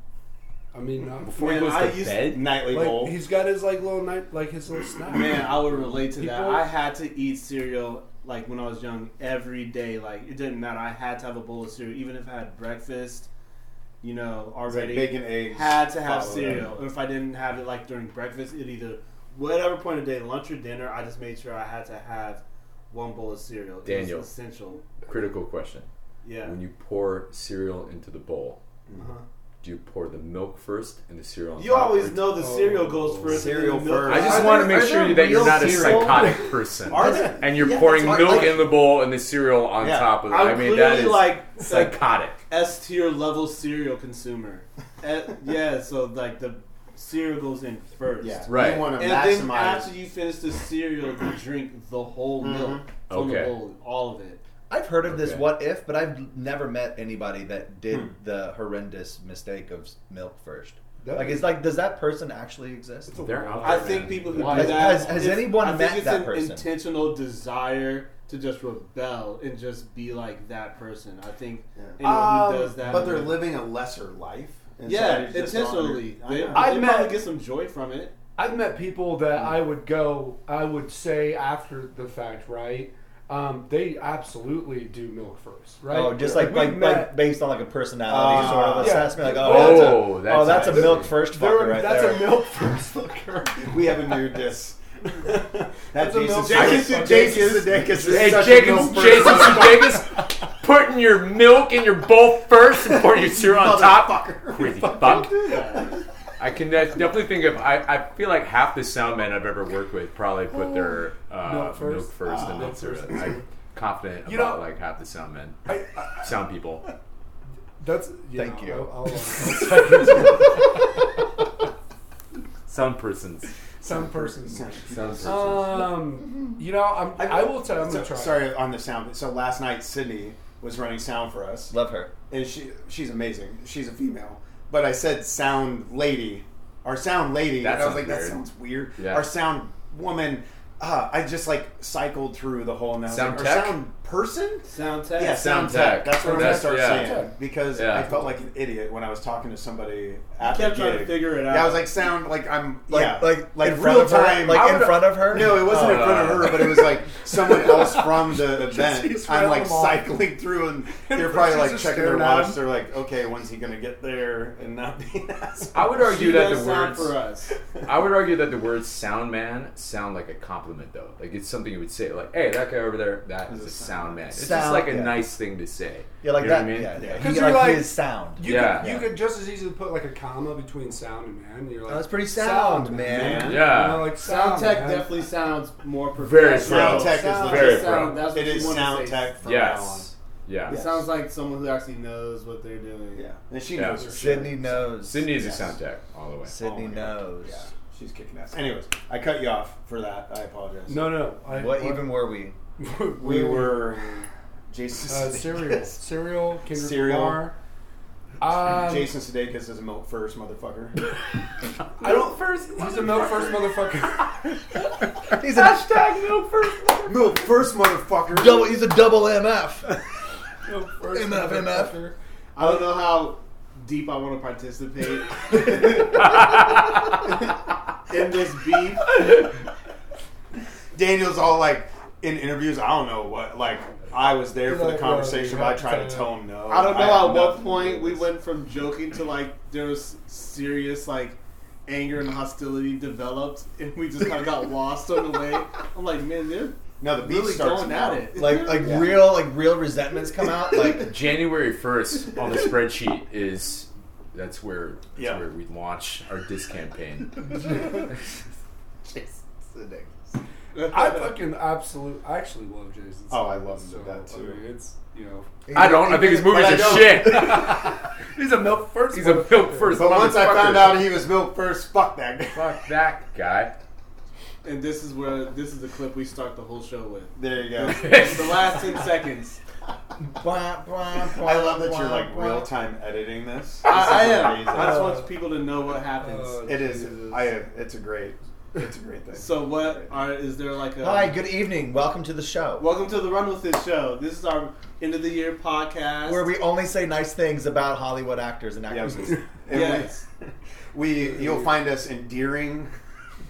S8: I mean, not before
S4: Man, I used,
S6: Nightly
S8: like,
S6: bowl.
S8: he's got his like little night, like his little snack.
S4: Man, I would relate to that.
S8: People-
S4: I had to eat cereal like when I was young every day. Like it didn't matter. I had to have a bowl of cereal, even if I had breakfast. You
S6: It's
S4: know,
S6: like
S4: already
S6: bacon, eggs.
S4: had to have
S6: followed
S4: cereal.
S6: up.
S4: Or if I didn't have it like during breakfast, it either whatever point of day, lunch or dinner, I just made sure I had to have one bowl of cereal. It
S5: Daniel.
S4: was essential.
S5: Critical question.
S4: Yeah.
S5: When you pour cereal into the bowl,
S4: Uh-huh.
S5: do you pour the milk first and the cereal? on
S4: You
S5: top,
S4: always
S5: or-
S4: know the cereal goes first. and then
S6: Cereal
S4: the milk
S6: first.
S5: I just
S4: goes-
S5: want to
S7: there-
S5: make
S7: are
S5: sure
S7: there
S5: that you're
S7: real
S5: not a
S7: cereal?
S5: psychotic person,
S6: Are there?
S5: and you're
S6: Yeah,
S5: pouring
S6: that's why-
S5: milk
S6: like-
S5: in the bowl and the cereal on
S6: Yeah.
S5: top of it.
S4: I'm
S5: I mean, that
S4: clearly
S5: is
S4: like like
S5: psychotic.
S4: S tier level cereal consumer. Eh, yeah, so like the cereal goes in first.
S6: Yeah,
S5: Right.
S6: You want to
S4: And
S6: maximize.
S4: then after you finish the cereal, you drink the whole milk from
S5: Okay.
S4: the bowl, all of it.
S7: I've heard of this
S5: Okay.
S7: what if, but I've never met anybody that did the horrendous mistake of s- milk first.
S8: That-
S7: like it's like, does that person actually exist?
S5: They're out
S4: I
S5: there,
S4: think
S5: man.
S4: people who
S5: Why?
S4: do
S7: Has-
S4: that
S7: has- has
S4: it's-
S7: anyone
S4: I think
S7: met
S4: it's
S7: that
S4: an
S7: person?
S4: Intentional desire to just rebel and just be like that person. I think
S6: Yeah.
S4: anyone
S8: Um,
S4: who does that,
S6: but they're living a lesser life. and
S4: yeah,
S6: so they're just
S4: intentionally.
S6: on
S4: They,
S6: your-
S4: they
S6: I know.
S8: I met-
S4: probably get some joy from it.
S8: I've met people that
S7: Mm.
S8: I would go, I would say after the fact, right? Um, they absolutely do milk first, right?
S7: Oh, just like
S8: we've
S7: like, like
S8: met-
S7: based on like a personality
S6: Ah.
S7: sort of
S6: Yeah.
S7: assessment. Like, oh,
S8: Oh,
S7: that's a, oh,
S5: that's
S7: that's a
S5: nice.
S7: milk first
S8: there
S7: fucker
S8: are-
S7: right
S8: that's
S7: there.
S8: a milk first fucker.
S6: We have a new diss. That's
S8: That's a
S6: Jason
S8: milk-
S6: Sudeikis. Jason Sudeikis is
S5: Hey,
S6: such a
S5: Jacobs,
S6: milk person.
S5: Jason Sudeikis, putting your milk in your bowl first and pouring your cereal on top. Crazy fuck. I can de- definitely think of. I, I feel like half the sound men I've ever worked with probably put their uh, milk
S8: Milk
S5: first,
S8: first.
S5: and then cereal. I'm confident
S8: You
S5: about
S8: know-
S5: like half the sound men,
S8: I- I-
S5: sound people.
S8: That's yeah,
S7: Thank you.
S8: I'll, I'll,
S5: Some persons.
S8: some persons.
S4: Oh.
S5: Some persons.
S8: Um, you know, I'm, I, will tell. I'm
S6: so,
S8: gonna try.
S6: sorry on the sound. So last night Sydney was running sound for us,
S7: Love her.
S6: and she she's amazing. She's a female, but I said sound lady, our sound lady,
S5: That
S6: and I was
S5: sounds
S6: like that
S5: weird.
S6: sounds weird.
S5: Yeah.
S6: Our sound woman. Uh, I just like cycled through the whole. And I was
S5: Sound
S6: like,
S5: tech?
S6: Our sound person.
S4: Sound tech.
S6: Yeah, sound,
S5: Sound
S6: tech.
S5: tech.
S6: That's what I'm gonna
S5: That's-
S6: start
S5: yeah.
S6: saying because
S5: Yeah.
S6: I felt like an idiot when I was talking to somebody. At
S4: kept
S6: the
S4: trying to
S6: gig.
S4: figure it
S6: Yeah, I
S4: out.
S6: was like, sound like I'm
S7: Like,
S6: yeah,
S7: like,
S6: like
S7: in front
S6: real
S7: of her,
S6: time.
S7: like
S6: I
S7: in
S6: would've-
S7: front of her.
S6: No, it wasn't
S5: Oh,
S6: in
S5: no,
S6: front
S5: no,
S6: of
S5: no.
S6: her, but it was like someone else from the event.
S8: he's
S6: I'm like
S8: around them all.
S6: cycling through, and they're
S8: She's
S6: probably like
S8: just
S6: checking their
S8: staring at
S6: watch.
S8: him.
S6: They're like, okay, when's he gonna get there and not be an asshole?
S5: I would argue
S4: She
S5: that
S4: does
S5: the
S4: sound
S5: words.
S4: for us.
S5: I would argue that the words "sound man" sound like a compliment, though. Like it's something you would say, like, "Hey, that guy over there, that is a sound man." It's just
S7: Sound,
S5: like a
S7: yeah.
S5: nice thing to say.
S7: Yeah, like
S5: You know
S7: that.
S5: what I mean?
S7: Yeah, yeah. He,
S8: 'Cause
S7: like,
S8: you're
S7: he
S8: like-
S7: is sound.
S8: You
S5: Yeah.
S8: could, you
S5: Yeah.
S8: could just as easily put like a comma between sound and man. And you're like
S7: Oh, That's pretty sound, man.
S5: Yeah.
S8: You know, like
S4: Sound
S8: sound,
S4: tech
S8: Oh, man.
S4: definitely sounds more professional.
S5: Very
S6: Sound
S5: pro.
S6: tech is
S4: Sound-
S5: very
S6: legit.
S5: pro.
S4: sound, that's
S6: It
S4: what
S6: is
S4: you wanna
S6: sound
S4: say.
S6: tech from
S5: Yes.
S4: It
S5: Yeah.
S4: sounds like someone who actually knows what they're doing.
S6: now on. Yeah, and she
S5: Yeah.
S6: knows her shit.
S7: Sydney knows.
S5: Sydney is
S6: Yes.
S5: a sound tech all the way.
S7: Sydney
S6: Oh my God.
S7: knows.
S6: Yeah, she's kicking ass. Anyways, I cut you off for that. I apologize.
S8: No, no. I,
S7: What even were we?
S6: we were Jason
S8: uh,
S6: Sudeikis.
S8: cereal, cereal, Kendrick
S6: Cereal.
S8: Lamar. Um,
S6: Jason Sudeikis is a milk first motherfucker.
S8: I don't first. He's a milk first motherfucker.
S7: He's a
S6: milk first motherfucker.
S7: double. He's a double MF.
S8: Milk first
S7: MF.
S8: motherfucker.
S4: I don't know how deep I want to participate in this beef.
S6: Daniel's all like in interviews. I don't know what. Like I was there for the
S8: Like,
S6: conversation, but
S8: well,
S6: I tried to
S8: uh,
S6: tell him no.
S4: I don't know
S6: had
S4: at what
S6: nothing to
S4: point
S6: do
S4: we
S6: with
S4: went from joking to like there was serious like anger and hostility developed, and we just kind of got lost on the way. I'm like, man, they're
S6: this. No, the beef
S4: really
S6: starts
S4: going
S6: now.
S4: at it.
S7: like like real like real resentments come out. Like
S5: January first on the spreadsheet is that's where that's
S6: Yeah.
S5: where we launch our disc campaign.
S8: I fucking absolute. I actually love Jason.
S6: Oh, I love him
S8: Sudeikis,
S6: to that,
S8: so,
S6: too.
S8: I mean, it's you know.
S5: I don't. I think his movies
S6: But I
S5: are
S6: don't.
S5: shit. He's a milk first. He's a milk first.
S6: But once I
S5: motherfucker.
S6: found out he was milk first, fuck that guy.
S5: fuck that guy.
S4: and this is where this is the clip we start the whole show with.
S6: There you go.
S4: the last ten seconds.
S6: I love that you're like real time editing this. This is
S4: I, I am.
S6: amazing.
S4: I just want people to know what happens.
S8: Uh,
S6: It is.
S8: Jesus.
S6: I am. It's a great. It's a great thing.
S4: so what are is there like a
S7: Hi, good evening. Welcome to the show
S4: welcome to the Run with It show. This is our end of the year podcast.
S7: where we only say nice things about Hollywood actors and
S6: Yeah.
S7: actresses.
S6: and we-
S4: Yes.
S6: We, you'll find us endearing,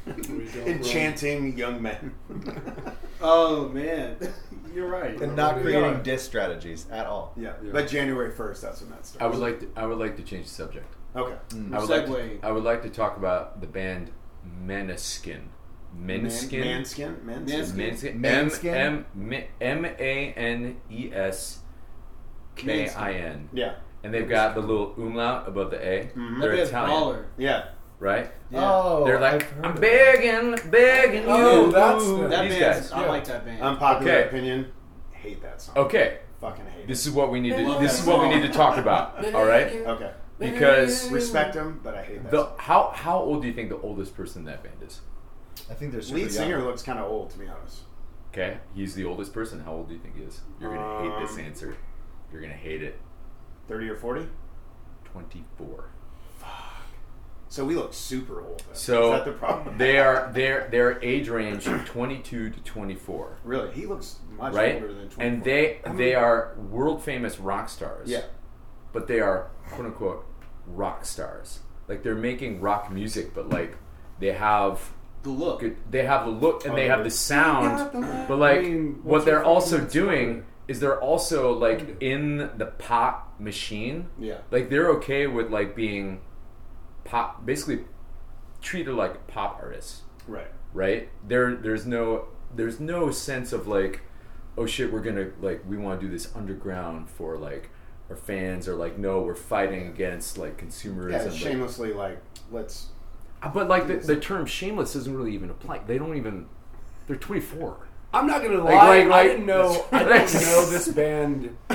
S8: We don't
S6: enchanting young men.
S4: Oh man, you're right.
S7: And not
S8: Yeah.
S7: creating diss strategies at all.
S6: yeah.
S8: Yeah.
S6: But January first, that's when that starts.
S5: I would like. To, I would like to change the subject.
S6: Okay. Mm.
S5: I would like. To,
S4: Segway.
S5: I would like to talk about the band Maneskin. Maneskin.
S6: Manskin. Manskin.
S5: Manskin.
S4: Manskin.
S7: Manskin?
S5: M M M A N E S K I N.
S6: Yeah.
S5: And they've got the little umlaut above the A.
S4: That
S5: They're
S4: man's
S5: Italian,
S4: Mm-hmm. baller.
S6: Yeah.
S5: right?
S7: Oh,
S5: They're
S7: I've
S5: like,
S7: heard
S5: I'm
S7: of
S5: begging, begging
S8: Oh,
S5: you.
S8: that's the-
S4: That
S5: These
S4: band's-
S5: guys.
S4: I like that band.
S6: Unpopular
S5: Okay.
S6: opinion. Hate that song.
S5: Okay,
S6: Fucking hate
S5: this is what we need to.
S4: love
S5: This
S4: that
S5: is what we
S4: song.
S5: need to talk about. All right,
S6: it. Okay.
S5: because
S6: Respect him, but I hate that.
S5: the
S6: song.
S5: how how old do you think the oldest person in that band is?
S7: I think they're super
S6: lead singer
S7: young.
S6: looks kind of old, to be honest.
S5: Okay, he's the oldest person. How old do you think he is? You're gonna hate this
S6: Um,
S5: answer. You're gonna hate it.
S6: Thirty or forty.
S5: Twenty four.
S6: So we look super old. Then.
S5: So
S6: is that the problem?
S5: They are their their age range twenty two to twenty four.
S6: really. He looks much
S5: Right,
S6: older than twenty.
S5: and they they are world famous rock stars.
S6: Yeah.
S5: but they are quote unquote rock stars. Like they're making rock music, but like they have
S4: The look.
S5: good, they have the look and they
S8: Oh,
S5: have the sound. But
S8: I
S5: like
S8: mean,
S5: what
S8: what's
S5: they're
S8: your
S5: also
S8: fucking-
S5: doing is they're also like in the pop machine.
S6: Yeah.
S5: Like they're okay with like being pop, basically treated like pop artists
S6: Right.
S5: right? There, there's no, there's no sense of like, oh shit, we're gonna like, we want to do this underground for like our fans, or like, no, we're fighting against like
S6: Yeah.
S5: consumerism.
S6: it's shamelessly, like let's.
S5: Like- but like the, the term shameless doesn't really even apply. They don't even, they're 24.
S8: I'm not gonna lie.
S5: Like, like,
S8: I
S5: like-
S8: didn't know. I
S5: that's-
S8: don't know this band.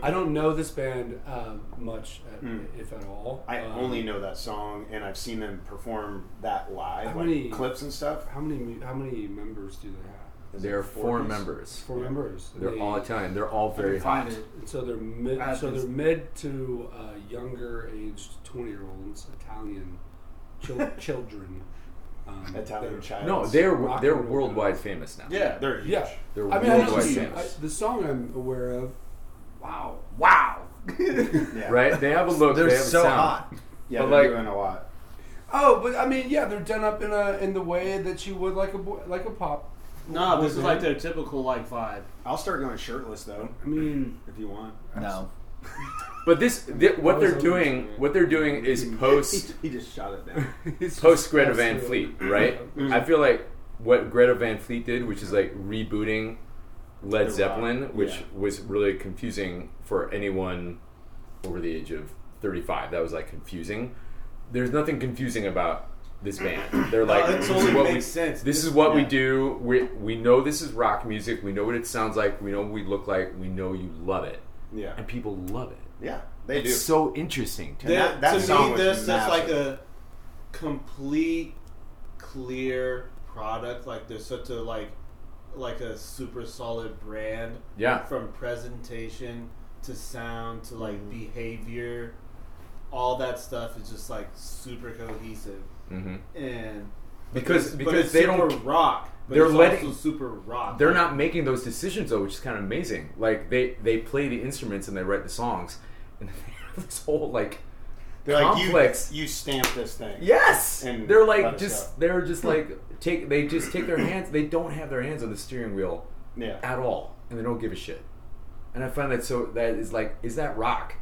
S8: I don't know this band um, much, at, if at all.
S6: I
S8: Um,
S6: only know that song, and I've seen them perform that live,
S8: How
S6: like
S8: many-
S6: clips and stuff.
S8: How many mu- How many members do they have?
S5: There are four
S8: piece?
S5: members.
S8: Four members.
S5: They're
S8: They-
S5: all Italian. They're all very hot.
S4: Find it.
S8: and So they're mid.
S4: I
S8: So
S4: think-
S8: they're mid to uh, younger aged twenty year olds Italian chil- children. Um,
S6: Italian
S8: they're-
S6: child.
S5: No, they're
S8: rock
S5: they're
S8: and roll
S5: worldwide famous now.
S4: Yeah.
S6: they're huge.
S8: Yeah,
S5: They're
S8: I mean, I know
S5: worldwide
S8: the-
S5: famous.
S8: I- the song I'm aware of. Wow.
S5: Wow.
S6: Yeah.
S5: Right? They have a look.
S7: They're
S5: they have
S7: so
S5: a sound.
S7: hot.
S6: Yeah,
S5: But,
S6: they're
S5: like-
S6: doing a lot.
S8: Oh, but I mean, yeah, they're done up in a in the way that you would like a boy, like a pop.
S4: No, this is
S8: Mhm.
S4: like their typical like vibe.
S6: I'll start going shirtless though,
S8: I mean,
S6: if you want.
S7: No.
S5: But this, th- what
S8: was
S5: they're
S8: always
S5: doing, what they're doing is post
S6: He just shot it down.
S5: post Greta Van Fleet, right?
S6: Mm-hmm.
S5: I feel like what Greta Van Fleet did, which is like rebooting Led Zeppelin, which
S6: yeah.
S5: was really confusing for anyone over the age of 35. That was like confusing. There's nothing confusing about this band. They're like,
S6: Oh, it
S5: this
S6: totally
S5: is what we,
S6: makes sense.
S5: This is what we do. We, we know this is rock music. We know what it sounds like. We know what we look like. We know you love it.
S6: yeah,
S5: And people love it.
S6: yeah, they
S5: it's
S6: do.
S5: so interesting. To
S6: That-
S4: That,
S6: that
S4: to
S6: song
S4: me,
S6: was
S4: this that's like
S6: massive.
S4: a complete, clear product. Like there's such a like, like a super solid brand.
S5: Yeah.
S4: From presentation to sound to
S5: Mm-hmm.
S4: like behavior, all that stuff is just like super cohesive
S5: hmm
S4: and
S5: Because-
S4: but
S5: because
S4: it's
S5: they
S4: super
S5: don't-
S4: rock. But
S5: they're
S4: it's
S5: letting-
S4: also super rock.
S5: they're not making those decisions though, which is kind of amazing. Like they they play the instruments and they write the songs, and they have this whole like
S6: They're
S5: complex.
S6: like you, you stamp this thing.
S5: yes,
S6: And
S5: they're
S6: let
S5: like
S6: us
S5: just
S6: go.
S5: they're just like take they just take their hands. They don't have their hands on the steering wheel
S6: yeah.
S5: at all, and they don't give a shit. And I find that so that is like is that rock?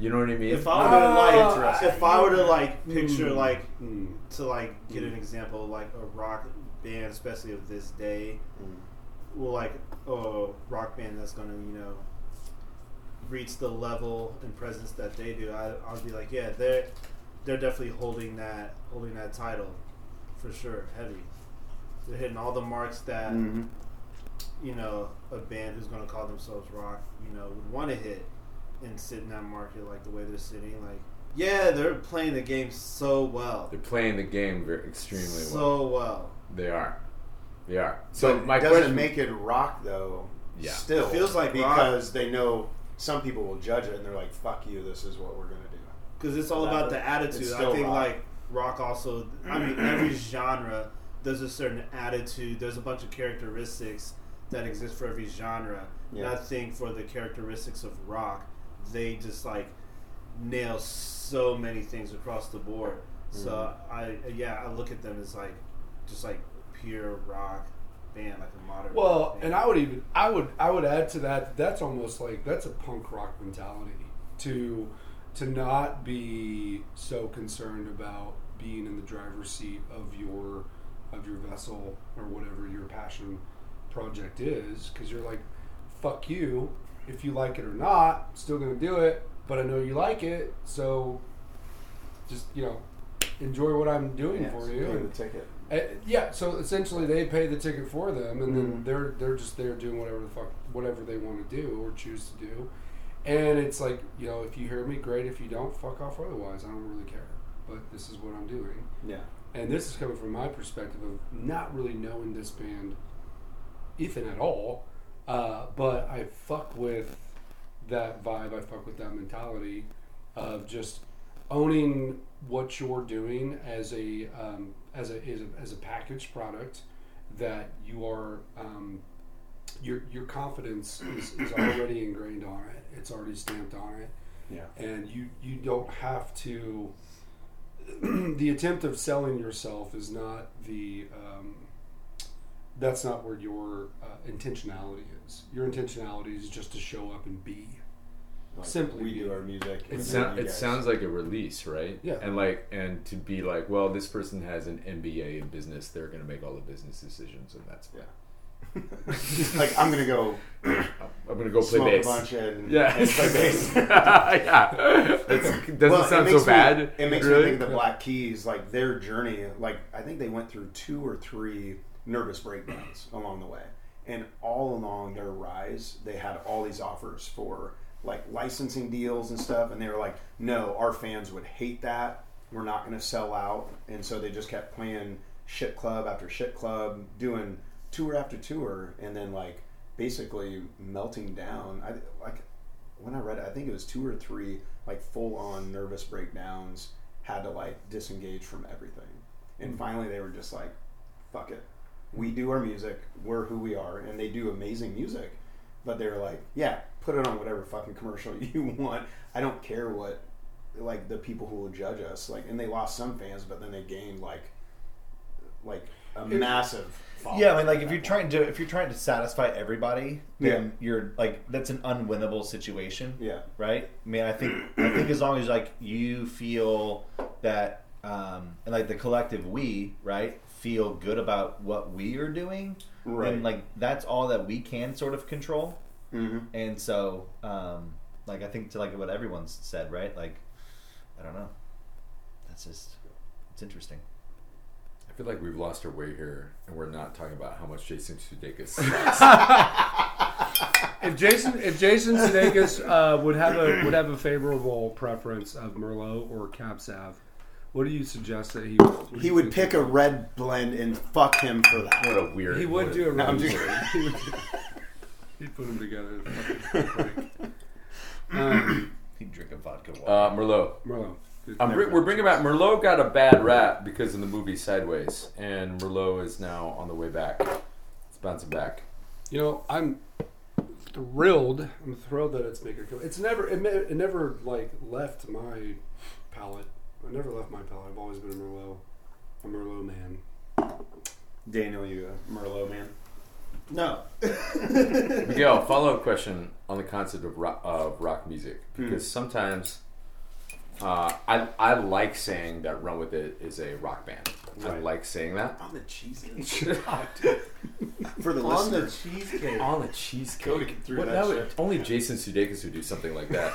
S5: You know what I mean?
S4: If I were to like, Hmm.
S6: interesting.
S4: if I were to like picture like
S8: Mm.
S4: to like get an example like a rock band, especially of this day, well, like oh, rock band that's gonna you know reach the level and presence that they do. I I'd be like, yeah, they're they're definitely holding that holding that title for sure, heavy. They're hitting all the marks that
S5: Mm-hmm.
S6: Mhm.
S4: you know, a band who's going to call themselves rock, you know, would want to hit and sit in that market like the way they're sitting. Like, yeah, they're playing the game so well,
S5: they're playing the game very extremely well.
S4: so well.
S5: They are, they are. So
S6: But
S5: my
S6: it doesn't
S5: question,
S6: make it rock though.
S5: Yeah.
S6: Still
S4: It feels like
S6: because they know some people will judge it and they're like, "Fuck you, this is what we're gonna do."
S4: Because it's all about the attitude.
S6: it's
S4: I
S6: still
S4: think
S6: rock.
S4: like rock also. I mean, every genre there's a certain attitude. There's a bunch of characteristics that exist for every genre. And
S6: Yeah.
S4: I think for the characteristics of rock, they just like nail so many things across the board. So
S6: Mm.
S4: I yeah, I look at them as like just like pure rock band, like a modern.
S8: Well,
S4: band.
S8: and I would even I would I would add to that that's almost like that's a punk rock mentality to to not be so concerned about being in the driver's seat of your of your vessel or whatever your passion project is because you're like fuck you if you like it or not still gonna do it but I know you like it so just you know enjoy what I'm doing
S6: Yeah,
S8: for
S6: so
S8: you
S6: pay
S8: and-
S6: the ticket.
S8: uh, yeah, so essentially they pay the ticket for them, and then they're they're just there doing whatever the fuck whatever they want to do or choose to do, and it's like you know if you hear me, great. If you don't, fuck off. Otherwise, I don't really care. But this is what I'm doing,
S6: Yeah.
S8: and this is coming from my perspective of not really knowing this band, if and at all. Uh, but I fuck with that vibe. I fuck with that mentality of just owning what you're doing as a um, as a as a, as a packaged product that you are um, your your confidence is, is already ingrained on it. It's already stamped on it.
S6: Yeah.
S8: And you you don't have to. the attempt of selling yourself is not the. Um, that's not where your uh, intentionality is. Your intentionality is just to show up and be.
S6: Like,
S8: Simply
S6: we
S8: be.
S6: do our music. and
S5: It,
S8: It's
S6: then
S5: sound,
S6: you
S5: it
S6: guys-
S5: sounds like a release, right?
S8: Yeah.
S5: And like, and to be like, well, this person has an MBA in business. They're going to make all the business decisions, and that's
S6: Yeah. like I'm gonna go
S5: I'm going to go play
S6: smoke
S5: bass.
S6: a bunch and
S5: Yeah.
S6: and play bass.
S5: yeah. It's, it doesn't
S6: Well,
S5: sound
S6: makes
S5: so bad.
S6: Me, it makes
S5: really.
S6: me think of the Black Keys, like their journey. Like I think they went through two or three nervous breakdowns along the way, and all along their rise, they had all these offers for like licensing deals and stuff, and they were like, "No, our fans would hate that. We're not going to sell out." And so they just kept playing ship club after ship club, doing tour after tour, and then like basically melting down. I like when I read it, I think it was two or three like full on nervous breakdowns. Had to like disengage from everything, and finally they were just like, "Fuck it, we do our music. We're who we are," and they do amazing music. But they were like, "Yeah, put it on whatever fucking commercial you want. I don't care what." like the people who will judge us like and they lost some fans but then they gained like like a massive following
S7: Yeah, I mean, like if
S6: at
S7: you're
S6: that
S7: trying to if you're trying to satisfy everybody, then you're like that's an unwinnable situation.
S6: Yeah.
S7: Right. I mean, I think I think as long as like you feel that, um, and like the collective we right feel good about what we are doing,
S6: Right.
S7: then like that's all that we can sort of control.
S6: Mm-hmm.
S7: And so, um, like I think to like what everyone's said, right? Like, I don't know. That's just it's interesting.
S5: I feel like we've lost our way here, and we're not talking about how much Jason Sudeikis.
S8: If Jason if Jason Sudeikis uh, would have a would have a favorable preference of Merlot or Cab Sav, what do you suggest that he would?
S6: He would pick a red blend and fuck him for that.
S5: what a weird.
S8: He would
S5: what
S8: do a
S5: a,
S8: round. he would he'd put them together. Fucking um,
S7: He'd drink a vodka water.
S5: uh, Merlot.
S8: Merlot.
S5: I'm br- we're bringing back Merlot. Got a bad rap because in the movie Sideways, and Merlot is now on the way back. It's bouncing back.
S8: You know, I'm thrilled. I'm thrilled that it's making a comeback. It's never it, ne- it never like left my palate. I never left my palate. I've always been a Merlot, a Merlot man.
S6: Daniel, you a Merlot man?
S4: No.
S5: Miguel, follow up question on the concept of rock, of rock music because sometimes uh, I I like saying that Run with It is a rock band. I like saying that
S6: On the cheesecake. for the
S4: On the
S6: listener.
S4: cheesecake.
S5: on the cheesecake.
S6: through
S5: What,
S6: that
S5: that would-
S6: shit.
S5: only Jason Sudeikis would do something like that.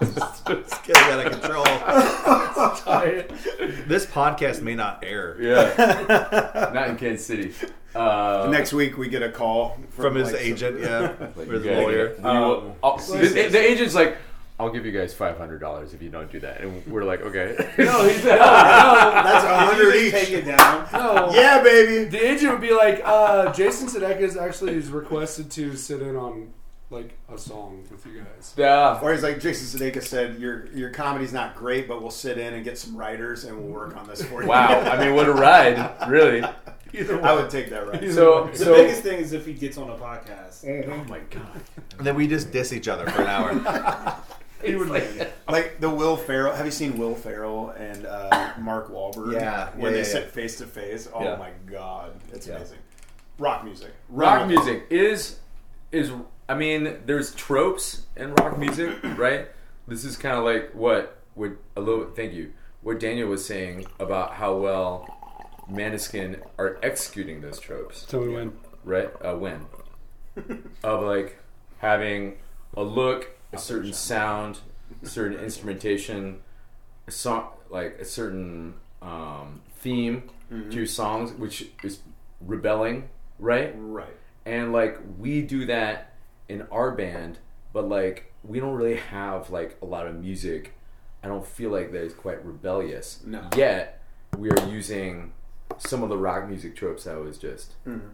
S7: It's getting out of control. this podcast may not air
S5: yeah, not in Kansas City. Uh,
S6: Next week we get a call
S7: from his
S6: like,
S7: agent, yeah,
S5: Like,
S7: or his
S5: you guys-
S7: lawyer.
S5: we will- I'll- the, the- the agent's like, I'll give you guys five hundred dollars if you don't do that, and we're like, okay. no, he's
S6: That's a hundred each.
S4: Take it down.
S8: No,
S6: Yeah, baby.
S8: the agent would be like, uh, Jason Sudeikis actually is requested to sit in on like a song with you guys.
S5: yeah.
S6: Or he's like Jason Sudeikis said, your your comedy's not great, but we'll sit in and get some writers and we'll work on this for you.
S5: Wow, I mean, what a ride, really.
S6: I would take that right.
S5: So,
S4: The
S5: so
S4: biggest thing is if he gets on a podcast.
S5: oh my god,
S7: And then we just diss each other for an hour.
S8: He would
S6: Like the Will Ferrell. Have you seen Will Ferrell and uh, Mark Wahlberg?
S7: Yeah,
S6: where
S7: yeah,
S6: they
S7: yeah,
S6: sit
S7: yeah.
S6: face to face. Oh
S5: Yeah.
S6: my god, it's
S7: Yeah.
S6: amazing. Rock music.
S5: rock music is is. I mean, there's tropes in rock music, right? This is kind of like what what a little. Thank you. What Daniel was saying about how well Maniskin are executing those tropes.
S8: Tell me when.
S5: right uh, win of like having a look, a certain sound, certain instrumentation, a song like a certain um, theme to songs, which is rebelling, right?
S6: Right.
S5: And like we do that in our band, but like we don't really have like a lot of music. I don't feel like that is quite rebellious.
S6: No.
S5: Yet we are using some of the rock music tropes I was just
S6: Mm-hmm.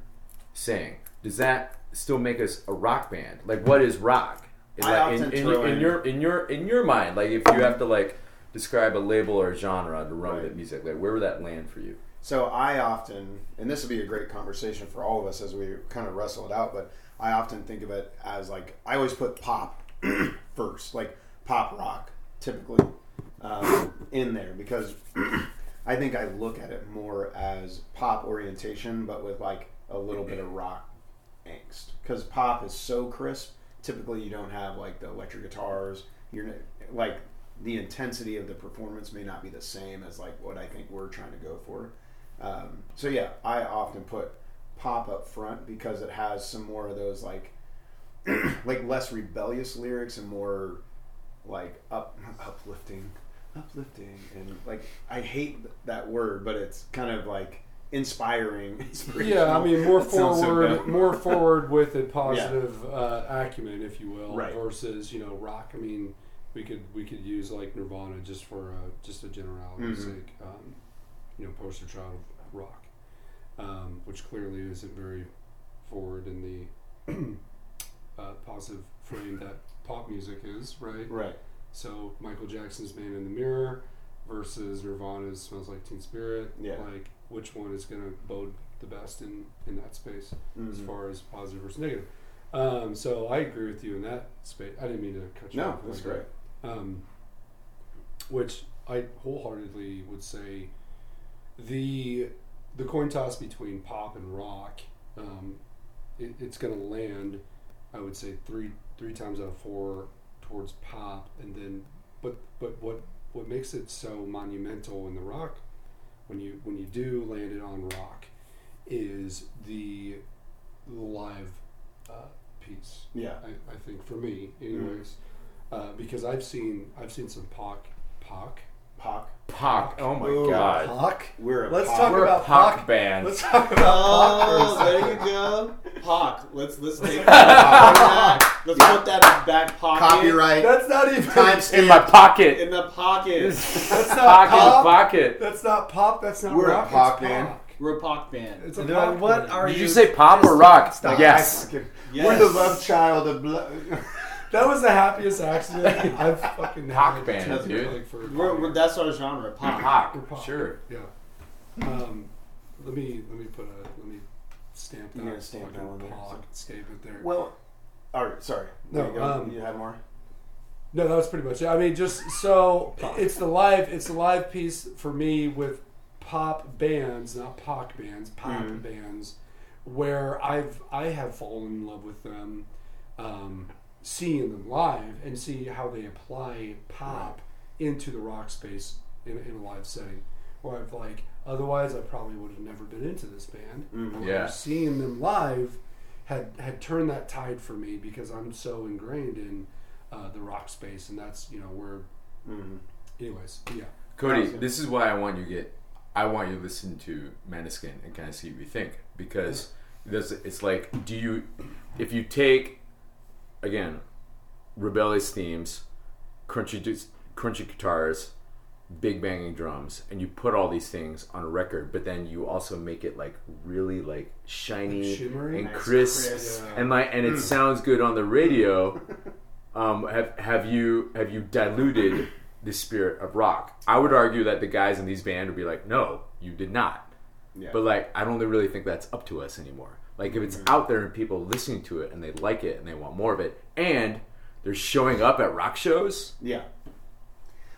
S5: saying. Does that still make us a rock band? Like, what is rock? Is
S6: I
S5: that in,
S6: often
S5: in,
S6: throw
S5: in
S6: in-
S5: your in your in your mind, like if you have to like describe a label or a genre to run with it music, like where would that land for you?
S6: So I often, and this would be a great conversation for all of us as we kind of wrestle it out, but I often think of it as like I always put pop first, like pop rock typically um, in there because I think I look at it more as pop orientation, but with like a little bit of rock angst because pop is so crisp. Typically, you don't have like the electric guitars. You're n- like the intensity of the performance may not be the same as like what I think we're trying to go for. Um, so yeah, I often put pop up front because it has some more of those like like less rebellious lyrics and more like up uplifting, uplifting, and like I hate that word, but it's kind of like inspiring. inspirational.
S8: Yeah, I mean more
S6: That sounds so
S8: forward,
S6: bad.
S8: more forward with a positive uh, acumen, if you will,
S6: Right.
S8: versus you know rock. I mean, we could we could use like Nirvana just for uh, just a
S6: Mm-hmm.
S8: generality's sake, um, you know, poster child of rock, um, which clearly isn't very forward in the uh, positive frame that pop music is, right?
S6: Right.
S8: So Michael Jackson's Man in the Mirror versus Nirvana's Smells Like Teen Spirit.
S6: Yeah.
S8: Like which one is gonna bode the best in, in that space
S6: Mm-hmm.
S8: as far as positive versus negative. Um, so I agree with you in that space. I didn't mean to cut you
S6: No,
S8: off.
S6: that's
S8: like
S6: great.
S8: that. Um, which I wholeheartedly would say the the coin toss between pop and rock, um, it, it's going to land. I would say three three times out of four towards pop, and then but but what what makes it so monumental in the rock when you when you do land it on rock is the live uh, piece.
S6: Yeah.
S8: I, I think for me, anyways, uh, because I've seen I've seen some Pac Pac.
S6: Pock.
S5: Pac. Oh my
S6: Ooh,
S5: god.
S7: Puck.
S6: We're a
S7: Let's
S6: Pock.
S7: talk
S5: We're
S7: about
S5: a Pac,
S7: Puck.
S5: band.
S7: Let's talk about Puck.
S4: Oh, there you go. Pock. Let's let's take that back. Let's put that back pocket.
S6: Copyright.
S7: That's not even.
S5: in my pocket.
S4: in the pocket.
S5: That's
S7: not
S5: Pocket.
S7: pop.
S5: Pocket.
S7: That's not pop. That's not.
S6: We're
S8: rock,
S6: a
S8: it's
S6: Pock band.
S8: Pac.
S4: We're a Pock band.
S8: It's a
S7: They're like,
S8: Pac
S7: what
S8: band.
S7: are
S5: Did
S7: you?
S5: you say pop or rock?
S7: Stop.
S5: Yes.
S4: Yes.
S6: We're the love child of blood.
S8: That was the happiest accident I've fucking
S5: Pac
S8: had.
S5: band,
S8: Like,
S5: dude.
S8: for-
S4: We're, we're, that's our genre. Pock.
S5: Pac.
S8: We're Pac.
S5: Sure.
S8: Yeah. Um, let me let me put a let me stamp that.
S6: You're gonna stamp that
S8: fucking
S6: one there,
S8: Pac
S6: so-
S8: statement there.
S6: well, all right. Sorry.
S8: No,
S6: you, go.
S8: um,
S6: you have more.
S8: No, that was pretty much it. I mean, just so it's the live, it's the live piece for me with pop bands, not pop bands, pop bands, where I've I have fallen in love with them, um, seeing them live and see how they apply pop into the rock space in, in a live setting. Where I've like, otherwise I probably would have never been into this band. But
S5: Yeah.
S8: seeing them live had had turned that tide for me because I'm so ingrained in uh, the rock space, and that's you know where. Anyways, yeah,
S5: Cody, this is why I want you to get. I want you to listen to Maniskin and kind of see what you think because there's, it's like, do you, if you take, again, rebellious themes, crunchy du- crunchy guitars, big banging drums, and you put all these things on a record, but then you also make it like really like shiny
S8: Like shimmery?
S5: and
S8: Nice Hmm.
S5: crisp,
S6: crisp.
S5: and like and it sounds good on the radio. um, have have you have you diluted the spirit of rock? I would argue that the guys in these band would be like, no, you did not.
S6: Yeah.
S5: But like, I don't really think that's up to us anymore. Like, if it's
S6: Mm-hmm.
S5: out there and people listening to it and they like it and they want more of it, and they're showing up at rock shows,
S6: yeah.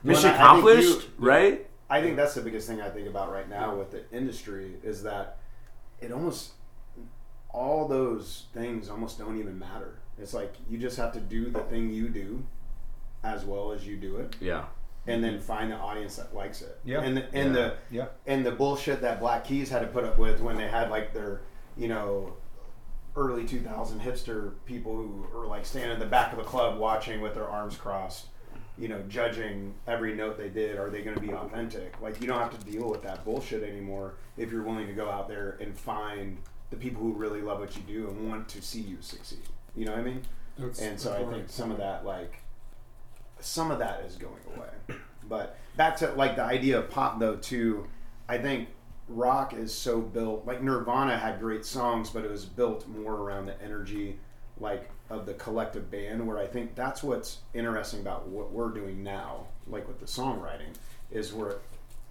S5: mission
S6: I- I think
S5: accomplished,
S6: you-
S5: right?
S6: I think that's the biggest thing I think about right now with the industry is that it almost all those things almost don't even matter. It's like you just have to do the thing you do as well as you do it,
S5: Yeah.
S6: and then find the audience that likes it.
S7: Yeah.
S6: and the, and the
S7: Yeah.
S6: and the bullshit that Black Keys had to put up with when they had like their you know early 2000 hipster people who were like standing in the back of the club watching with their arms crossed you know judging every note they did are they going to be authentic like you don't have to deal with that bullshit anymore if you're willing to go out there and find the people who really love what you do and want to see you succeed you know what i mean
S8: That's-
S6: and so
S8: that's
S6: i
S8: right.
S6: think some of that like some of that is going away. But back to like the idea of pop though too, I think rock is so built like Nirvana had great songs, but it was built more around the energy like of the collective band where I think that's what's interesting about what we're doing now, like with the songwriting, is we're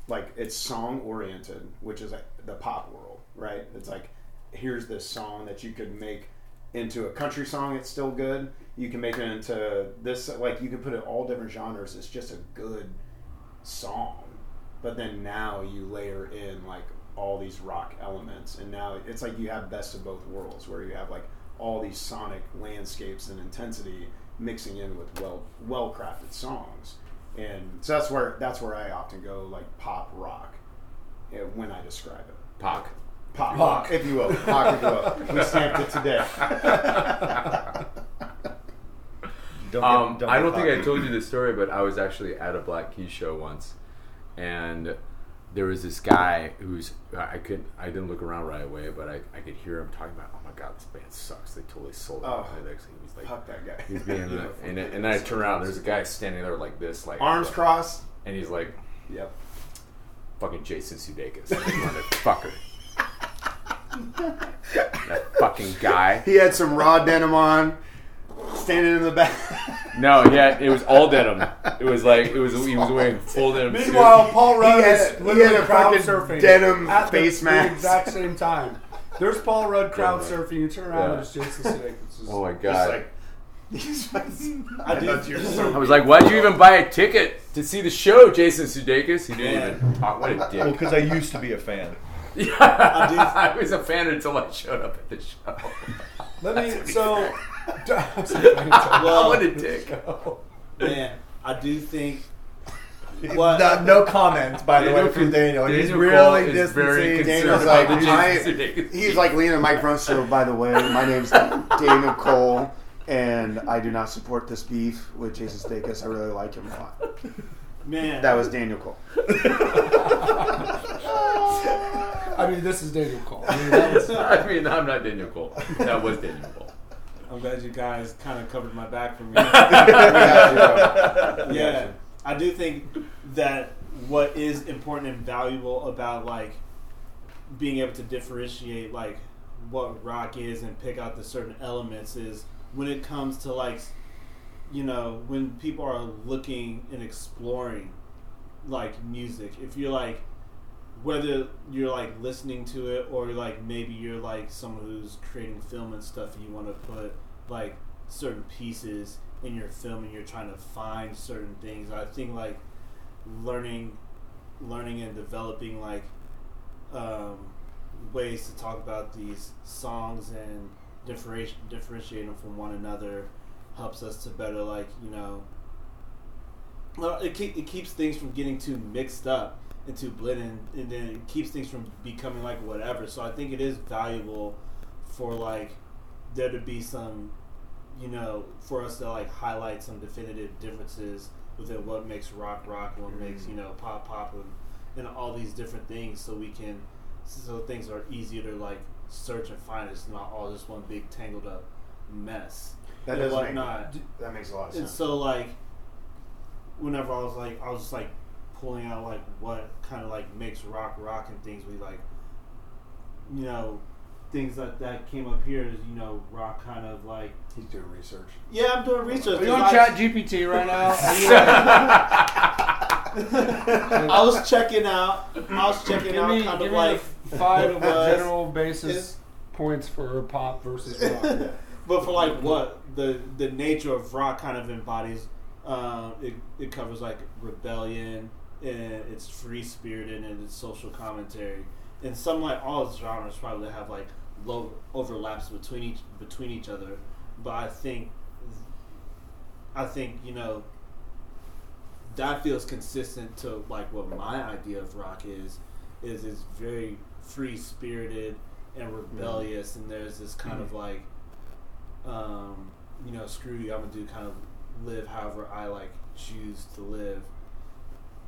S6: like it's song oriented, which is like the pop world, right? It's like here's this song that you could make into a country song. It's still good. You can make it into this. Like you can put it all different genres. It's just a good song. But then now you layer in like all these rock elements, and now it's like you have best of both worlds, where you have like all these sonic landscapes and intensity mixing in with well well crafted songs. And so that's where that's where I often go like pop rock eh, when I describe it.
S5: Pac.
S6: Pop, if you will. Pop, if you will. We stamped it today.
S7: Don't
S5: Um,
S7: get- don't
S5: I
S7: get
S5: don't think I
S7: Puck.
S5: told you this story, but I was actually at a Black Keys show once, and there was this guy who's I could I didn't look around right away, but I, I could hear him talking about, oh my god, this band sucks. They totally sold out.
S6: Oh.
S5: And he was like,
S6: Fuck that guy.
S5: he's being and, and then I turn around, there's a guy standing there like this, like
S6: Arms crossed.
S5: and he's like,
S6: Yep.
S5: fucking Jason Sudeikis, that motherfucker. that fucking guy.
S6: He had some raw denim on, standing in the back.
S5: No, yeah, it was all denim. It was like it was he was wearing full denim. suit.
S8: Meanwhile, Paul Rudd
S6: had-
S8: is
S6: he
S8: literally
S6: had a
S8: crowd
S6: fucking
S8: surfing
S6: denim
S8: at the-
S6: face mask.
S8: the exact same time. There's Paul Rudd crowd
S5: Yeah.
S8: surfing. You turn around,
S5: Yeah.
S8: and it's Jason Sudeikis.
S5: oh my god.
S6: He's like, I thought you were so
S5: I was like, why'd you even buy a ticket to see the show, Jason Sudeikis? He didn't even talk. What a
S7: Well,
S5: dick.
S7: because I used to be a fan.
S5: Yeah, I was a fan until I showed up at the show.
S8: Let me. So,
S5: Well,
S4: Well-
S5: what a dick.
S4: Man, I do think.
S7: No, no comments, by the way, from Daniel. He's really
S5: is very
S6: Daniel's
S5: concerned
S7: distancing.
S5: about
S6: like,
S5: the
S6: I-
S5: Jason Sudeikis.
S6: He's like leaning Mike Brunstro, by the way. My name's Daniel Cole, and I do not support this beef with Jason Statham. I really like him a lot.
S4: Man,
S6: That was Daniel Cole.
S8: I mean, this is Daniel Cole. I mean, that was-
S5: I mean, I'm not Daniel Cole. That was Daniel Cole.
S4: I'm glad you guys kind of covered my back for me.
S6: Gotcha.
S4: yeah, I do think that what is important and valuable about like being able to differentiate like what rock is and pick out the certain elements is when it comes to like you know when people are looking and exploring like music if you're like whether you're like listening to it or like maybe you're like someone who's creating film and stuff and you want to put like certain pieces in your film and you're trying to find certain things i think like learning learning and developing like um, ways to talk about these songs and differenti- differentiate them from one another helps us to better like you know well, it, keep, it keeps things from getting too mixed up and too blended, and then it keeps things from becoming like whatever. So I think it is valuable for like there to be some, you know, for us to like highlight some definitive differences within what makes rock rock,
S6: Mm-hmm.
S4: and what makes you know pop pop, and, and all these different things, so we can so things are easier to like search and find. It's not all just one big tangled up mess
S6: That
S4: and
S6: does make-
S4: whatnot.
S6: That makes a lot of
S4: And
S6: sense.
S4: so like whenever I was like I was just like pulling out like what kind of like makes rock rock and things we like you know things that that came up here is you know rock kind of like
S6: He's doing research.
S4: yeah I'm doing research.
S8: Are you on
S4: I-
S8: Chat GPT right now?
S4: I was checking out I was checking
S8: give
S4: out
S8: me,
S4: kind
S8: give
S4: of
S8: me
S4: like
S8: the five
S4: was-
S8: general basis points for pop versus rock.
S4: but for like what the the nature of rock kind of embodies um, it, it covers like rebellion and it's free spirited and it's social commentary and some like all genres probably have like low overlaps between each between each other but i think i think you know that feels consistent to like what my idea of rock is is it's very free spirited and rebellious and there's this kind of like um, you know, screw you, I'm gonna do kind of live however I like choose to live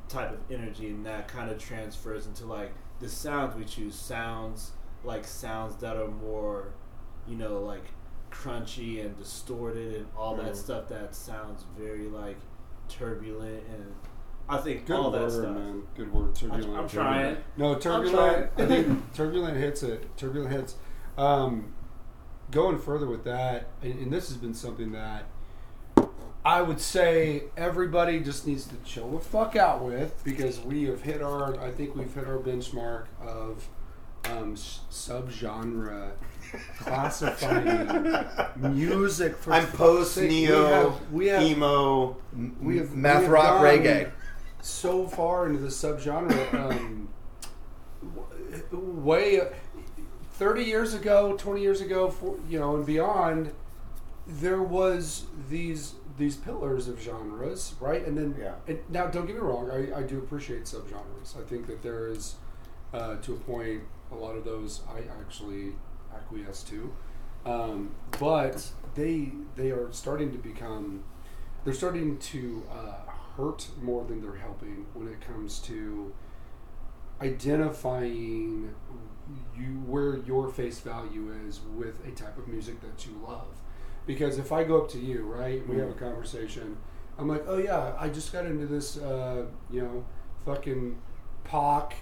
S4: type of energy, and that kind of transfers into like the sounds we choose, sounds like sounds that are more, you know, like crunchy and distorted and all
S6: Mm-hmm.
S4: that stuff that sounds very like turbulent and I think
S8: Good
S4: all
S8: word,
S4: that stuff.
S8: man. Good word. Turbulent.
S4: I'm
S8: turbulent.
S4: trying.
S8: No, turbulent. I think turbulent hits it. Turbulent hits. Um, going further with that, and, and this has been something that I would say everybody just needs to chill the fuck out with because we have hit our. I think we've hit our benchmark of um, s- subgenre classifying music. For
S6: I'm
S8: fuck's
S6: post
S8: sake. We
S6: neo
S8: have- we have
S6: emo.
S8: we have
S7: Math
S8: we have
S7: rock
S8: gone
S7: reggae.
S8: so far into the subgenre. Um, w- way thirty years ago, twenty years ago, for, you know, and beyond, there was these these pillars of genres, right? And then
S6: Yeah.
S8: and now, don't get me wrong, I, I do appreciate subgenres. I think that there is uh, to a point a lot of those I actually acquiesce to, um, but they they are starting to become they're starting to uh, hurt more than they're helping when it comes to identifying you where your face value is with a type of music that you love. Because if I go up to you, right, we
S6: Mm-hmm.
S8: have a conversation, I'm like, oh yeah, I just got into this, uh, you know, fucking Pac,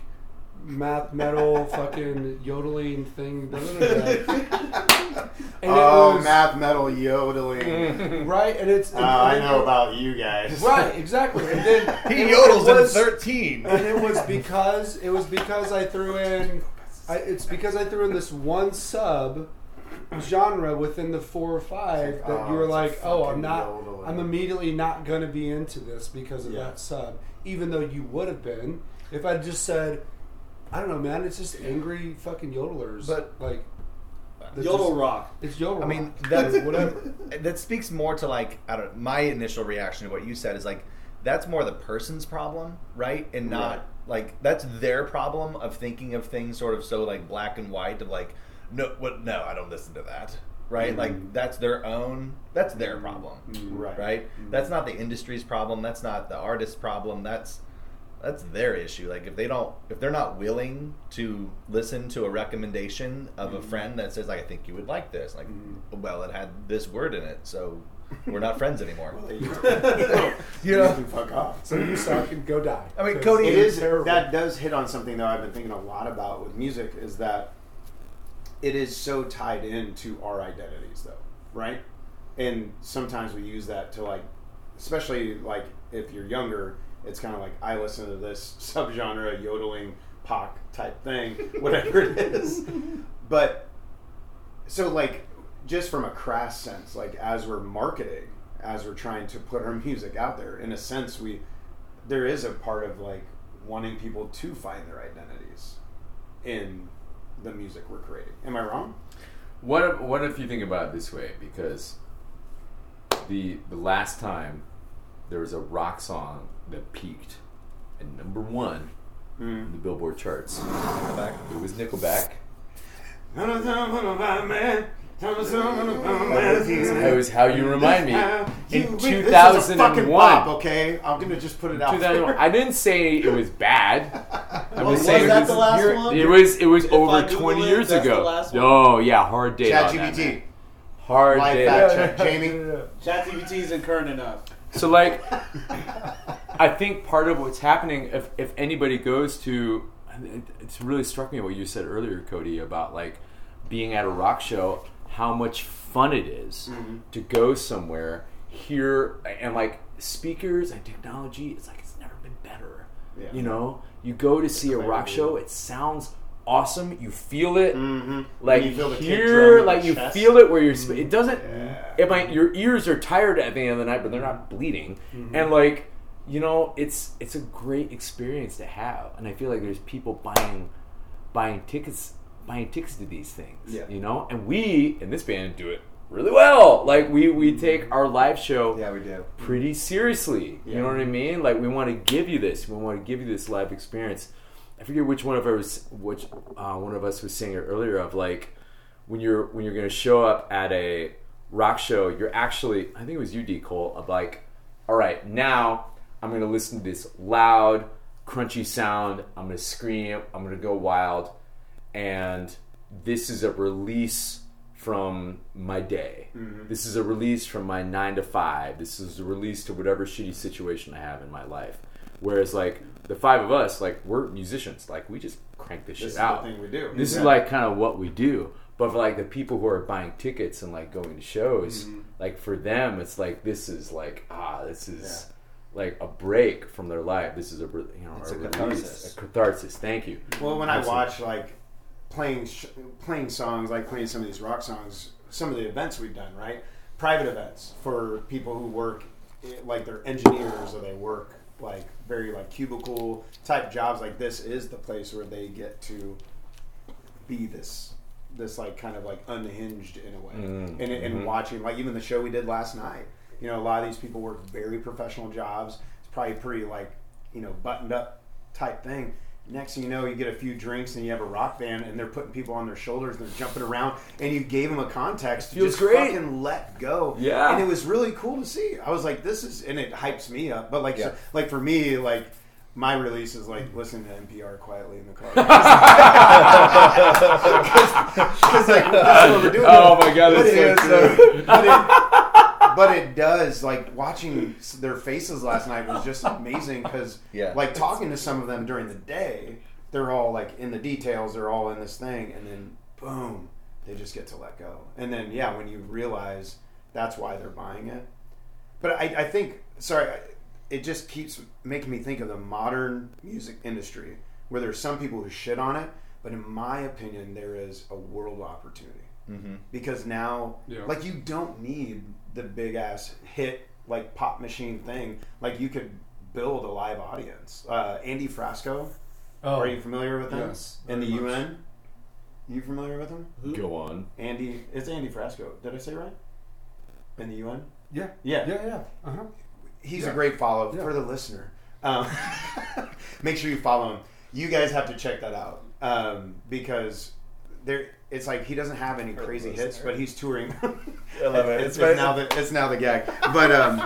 S8: math metal, fucking yodeling thing. blah, blah, blah, blah." And it
S6: oh,
S8: was-
S6: math metal yodeling.
S8: Right, and it's.
S6: Uh, I know about you guys.
S8: Right, exactly. And then
S7: He
S8: and
S7: yodels
S8: it
S7: at
S8: was-
S7: 13.
S8: and it was because it was because I threw in. I, it's because I threw in this one sub genre within the four or five that
S6: Oh,
S8: you were
S6: it's a
S8: like, oh,
S6: fucking
S8: I'm not.
S6: yodeler.
S8: I'm immediately not going to be into this because of
S6: Yeah.
S8: that sub, even though you would have been if I just said, I don't know, man. It's just angry fucking yodelers,
S7: But-
S8: like they're
S4: Yodel
S8: just-
S4: rock.
S8: It's yodel.
S7: I mean,
S8: rock.
S7: that
S8: whatever.
S7: that speaks more to like I don't. My initial reaction to what you said is like that's more the person's problem, right? And not like that's their problem of thinking of things sort of so like black and white of like no, what? No, I don't listen to that, right? Like that's their own. That's their problem,
S6: Right. Mm-hmm.
S7: right? That's not the industry's problem. That's not the artist's problem. That's that's their issue. Like if they don't, if they're not willing to listen to a recommendation of
S6: Mm-hmm.
S7: a friend that says, like, "I think you would like this," like, well, it had this word in it, so we're not friends anymore. you
S6: You
S7: know,
S6: can fuck off.
S8: so you suck and go die.
S7: I mean,
S8: Because-
S7: Cody
S6: it is
S7: terrible.
S6: that does hit on something though I've been thinking a lot about with music is that it is so tied into our identities though, right? And sometimes we use that to like especially like if you're younger, it's kind of like I listen to this subgenre yodeling pop type thing, whatever it is. But so like just from a crass sense, like as we're marketing, as we're trying to put our music out there, in a sense we there is a part of like wanting people to find their identities in the music we're creating. Am I wrong?
S5: What if, what if you think about it this way? Because the the last time there was a rock song that peaked at number one
S6: Hmm.
S5: in the Billboard charts, it was Nickelback. It was "How You Remind Me" in
S6: This is a
S5: two thousand
S6: fucking
S5: and
S6: bop,
S5: one.
S6: okay, I'm gonna just put it out.
S5: Two thousand
S6: there.
S5: one. I didn't say it was bad. I'm just
S6: was
S5: saying it
S6: that
S5: was-
S6: the last
S5: you're-
S6: one?
S5: It was. It was
S4: I
S5: over
S4: Google
S5: twenty
S4: it,
S5: years
S4: that's the
S5: ago.
S4: last one.
S5: Oh yeah, hard day. on that,
S6: ChatGPT,
S5: man. Hard
S6: live
S5: day.
S6: fact check, Jamie.
S4: ChatGPT isn't current enough.
S5: So like, I think part of what's happening, if if anybody goes to, it- it's really struck me what you said earlier, Cody, about like being at a rock show, how much fun it is
S6: Mm-hmm.
S5: to go somewhere, hear and like speakers and technology. It's like it's never been better.
S6: Yeah.
S5: You know, you go to see a rock show, it sounds awesome. You feel it, like
S6: When Mm-hmm. you feel the kick drum
S5: here,
S6: in
S5: like
S6: your
S5: you
S6: chest.
S5: feel it where you're. sp- It doesn't. It might your ears are tired at the end of the night, but they're not bleeding. And like you know, it's it's a great experience to have. And I feel like there's people buying buying tickets buying tickets to these things.
S6: Yeah.
S5: You know, and we in this band do it really well. Like we we take our live show
S7: yeah, we do.
S5: pretty seriously. You know what I mean? Like we want to give you this. We want to give you this live experience. I forget which one of us, which uh, one of us was saying it earlier of like when you're when you're gonna show up at a rock show, you're actually I think it was you, D Cole, of like, all right, now I'm gonna listen to this loud, crunchy sound. I'm gonna scream. I'm gonna go wild, and this is a release from my day.
S6: Mm-hmm.
S5: This is a release from my nine to five. This is a release to whatever shitty situation I have in my life. Whereas, like the five of us, like we're musicians, like we just crank this, shit
S6: is the
S5: out.
S6: thing we do.
S5: This
S6: Yeah.
S5: is like kind of what we do. But for like the people who are buying tickets and like going to shows,
S6: Mm-hmm.
S5: like for them, it's like this is like ah, this is like a break from their life. This is a re- you know
S7: It's
S5: a,
S7: a
S5: release,
S7: catharsis.
S5: a catharsis. Thank you.
S6: Well, when
S5: Absolutely.
S6: I watch like playing sh- playing songs, like playing some of these rock songs, some of the events we've done, right? Private events for people who work, eh, like they're engineers or they work like very like cubicle type jobs. Like this is the place where they get to be this this like kind of like unhinged in a way
S5: Mm-hmm.
S6: and, and watching like even the show we did last night you know a lot of these people work very professional jobs it's probably pretty like you know buttoned up type thing next thing you know you get a few drinks and you have a rock band and they're putting people on their shoulders and they're jumping around and you gave them a context to
S5: Feels
S6: just
S5: great.
S6: fucking let go
S5: Yeah.
S6: and it was really cool to see i was like this is and it hypes me up but like so, like for me like my release is like listening to NPR quietly in the car. Because like that's what we're doing.
S5: Oh my God,
S6: But
S5: that's
S6: it
S5: so
S6: is, uh, but, it, but it does like watching s- their faces last night was just amazing because
S7: Yeah.
S6: like talking to some of them during the day, they're all like in the details, they're all in this thing, and then boom, they just get to let go. And then yeah, when you realize that's why they're buying it, but I, I think, sorry, I- it just keeps making me think of the modern music industry where there's some people who shit on it, but in my opinion, there is a world opportunity. Mm-hmm. Because now,
S8: Yeah.
S6: like, you don't need the big ass hit, like, pop machine thing. Like, you could build a live audience. Uh, Andy Frasco,
S8: Oh,
S6: are you familiar with him?
S8: yes,
S6: In the
S8: very much.
S6: UN? You familiar with him?
S5: Go on.
S6: Andy, it's Andy Frasco. Did I say it right? In the UN?
S8: yeah,
S6: Yeah.
S8: yeah, yeah. Uh-huh.
S6: He's a
S8: Yeah.
S6: great follow
S8: Yeah.
S6: for the listener. Um, make sure you follow him. You guys have to check that out um, because there. It's like he doesn't have any crazy hits, but he's touring. I
S7: love it.
S6: It's,
S7: It's
S6: it's now the it's now the gag, but um,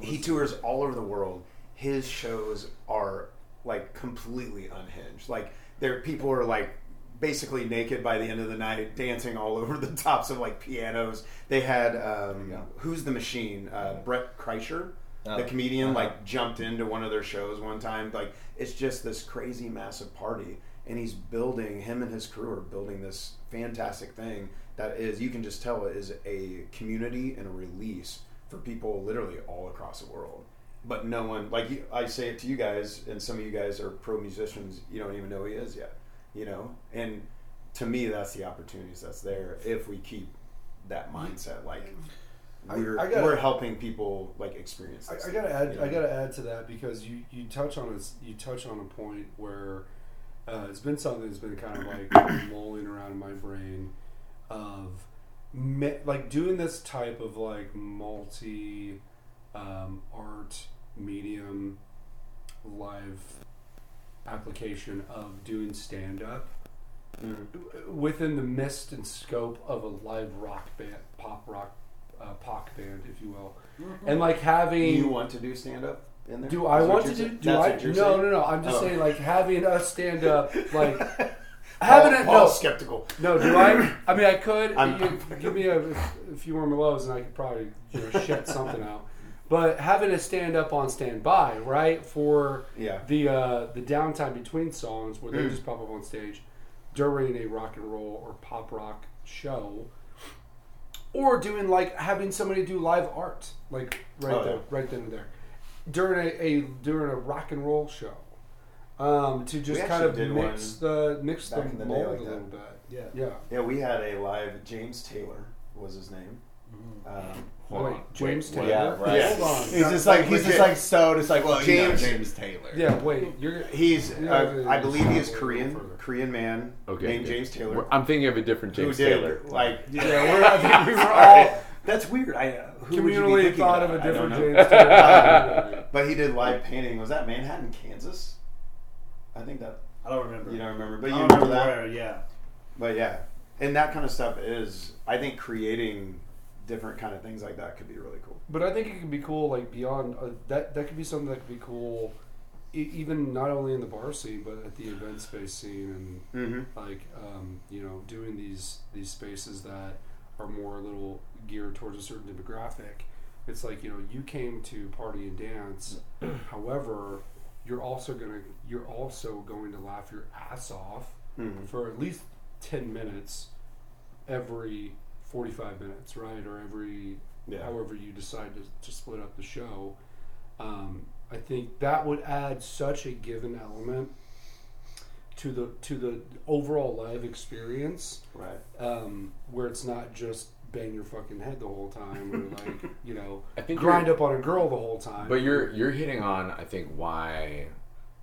S6: he tours all over the world. His shows are like completely unhinged. Like there, people are like basically naked by the end of the night, dancing all over the tops of like pianos. They had um, who's the machine? Uh, Brett Kreischer, the comedian, like jumped into one of their shows one time. Like it's just this crazy massive party, and he's building. Him and his crew are building this fantastic thing that is you can just tell is a community and a release for people literally all across the world. But no one, like you, I say it to you guys, and some of you guys are pro musicians. You don't even know who he is yet, you know. And to me, that's the opportunities that's there if we keep that mindset. Like we're
S8: I gotta-
S6: we're helping people like experience. This
S8: I, I gotta add.
S6: you
S8: I
S6: know?
S8: gotta add to that because you you touch on this. You touch on a point where uh, it's been something that's been kind of like mulling around in my brain of me, like doing this type of like multi um, art medium live application of doing stand up within the mist and scope of a live rock band, pop rock, uh, pop band, if you will, and like having
S6: Do you want to do stand up in there?
S8: do I
S6: Is what
S8: want to
S6: you're
S8: do?
S6: saying?
S8: Do
S6: That's
S8: I?
S6: what you're
S8: No,
S6: saying?
S8: no, no. I'm just
S6: Oh.
S8: saying, like having us stand up, like
S6: Paul,
S8: having it.
S6: Paul's
S8: No,
S6: skeptical.
S8: no. Do I? I mean, I could.
S6: I'm-
S8: you, give me a, a few more Merlots, and I could probably you know, shit something out. But having a stand up on standby, right, for
S6: Yeah. Mm.
S8: the uh, the downtime between songs where they just pop up on stage during a rock and roll or pop rock show, or doing like having somebody do live art, like right
S6: Oh,
S8: there,
S6: yeah.
S8: right then and there, during a, a during a rock and roll show, um, to
S6: We
S8: just kind
S6: actually
S8: of
S6: did
S8: mix the mix the
S6: back in the
S8: uh, mold
S6: day
S8: a
S6: like
S8: little
S6: that.
S8: bit. Yeah, yeah.
S6: Yeah, we had a live. James Taylor was his name. Um,
S5: Hold
S8: Wait,
S5: on.
S8: James
S5: wait,
S8: Taylor.
S7: yeah, right.
S6: Yeah.
S8: Hold on.
S7: He's just like he's just
S6: Legit.
S7: like so just like well
S6: James-
S7: you know, James Taylor.
S8: Yeah, wait. You're
S6: He's,
S8: Yeah,
S6: uh,
S8: yeah,
S6: I
S8: yeah.
S6: believe he is
S8: Go
S6: Korean,
S8: further.
S6: Korean man
S5: Okay.
S6: named
S5: okay.
S6: James Taylor.
S5: We're- I'm thinking of a different
S6: who
S5: James
S6: did
S5: Taylor.
S6: like? Yeah, we're, I think we were all. That's weird. I uh, who would you
S8: communally
S6: be
S8: thought of
S6: thinking
S8: a
S6: I don't
S8: different
S6: know.
S8: James Taylor.
S6: But he did live painting. Was that Manhattan, Kansas? I think that
S4: I don't remember.
S6: you don't remember, but
S4: I
S6: you
S4: don't
S6: remember that.
S4: where, yeah.
S6: But yeah, and that kind of stuff is, I think, creating different kind of things like that could be really cool.
S8: But I think it could be cool, like beyond uh, that. That could be something that could be cool, e- even not only in the bar scene, but at the event space scene, and
S6: Mm-hmm.
S8: like um, you know, doing these these spaces that are more a little geared towards a certain demographic. It's like you know, you came to party and dance. However, you're also gonna you're also going to laugh your ass off for at least 10 minutes every 45 minutes, right? Or every
S6: Yeah.
S8: however you decide to, to split up the show. Um, I think that would add such a given element to the to the overall live experience
S6: Right.
S8: um, where it's not just bang your fucking head the whole time or like you know
S5: I think
S8: grind
S5: you're-
S8: up on a girl the whole time
S5: But you're you're hitting on I think why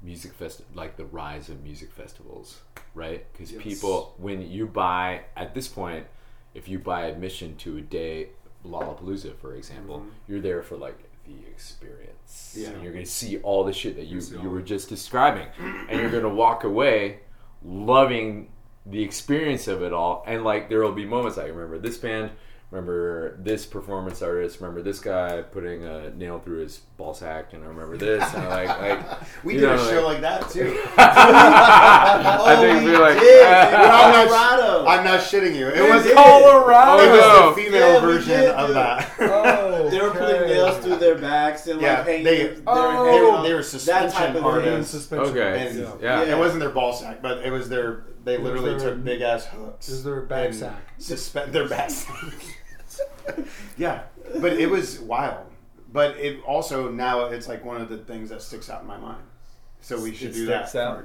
S5: music fest like the rise of music festivals, right? Because
S8: Yes.
S5: people when you buy at this point, if you buy admission to a day Lollapalooza, for example, you're there for like the experience.
S8: Mm-hmm. Yeah.
S5: And you're gonna see all the shit that you
S8: see all
S5: you
S8: of
S5: were
S8: it.
S5: just describing, and you're gonna walk away loving the experience of it all. And like there will be moments I remember this band remember this performance artist. Remember this guy putting a nail through his ball sack, and I remember this. And I like, like
S6: We
S5: you
S6: did a
S5: know,
S6: show like that too.
S5: I think we were like,
S6: did. I'm, not,
S4: Oh, Colorado.
S6: I'm not shititting you. It was
S5: Colorado.
S6: It
S5: Oh,
S6: was
S5: no.
S6: the female
S4: Yeah, we
S6: version
S4: did, Oh.
S6: of
S4: dude.
S6: that.
S4: They were putting nails through their backs and
S6: Yeah,
S4: like hanging.
S6: they-
S4: their- their
S6: Oh.
S4: hair
S6: they were-
S4: on-
S6: they were
S4: that type
S6: suspension
S4: of
S8: Or
S6: artists.
S8: in
S4: thing.
S8: suspension.
S5: Okay.
S6: And-
S5: Yeah.
S6: It wasn't their ball sack, but it was their. They literally
S8: their-
S6: took big ass hooks.
S8: it was their back
S6: and
S8: sack.
S6: Suspend their back. sack. yeah, but it was wild. But it also now it's like one of the things that sticks out in my mind. So we should do that.
S7: sticks out.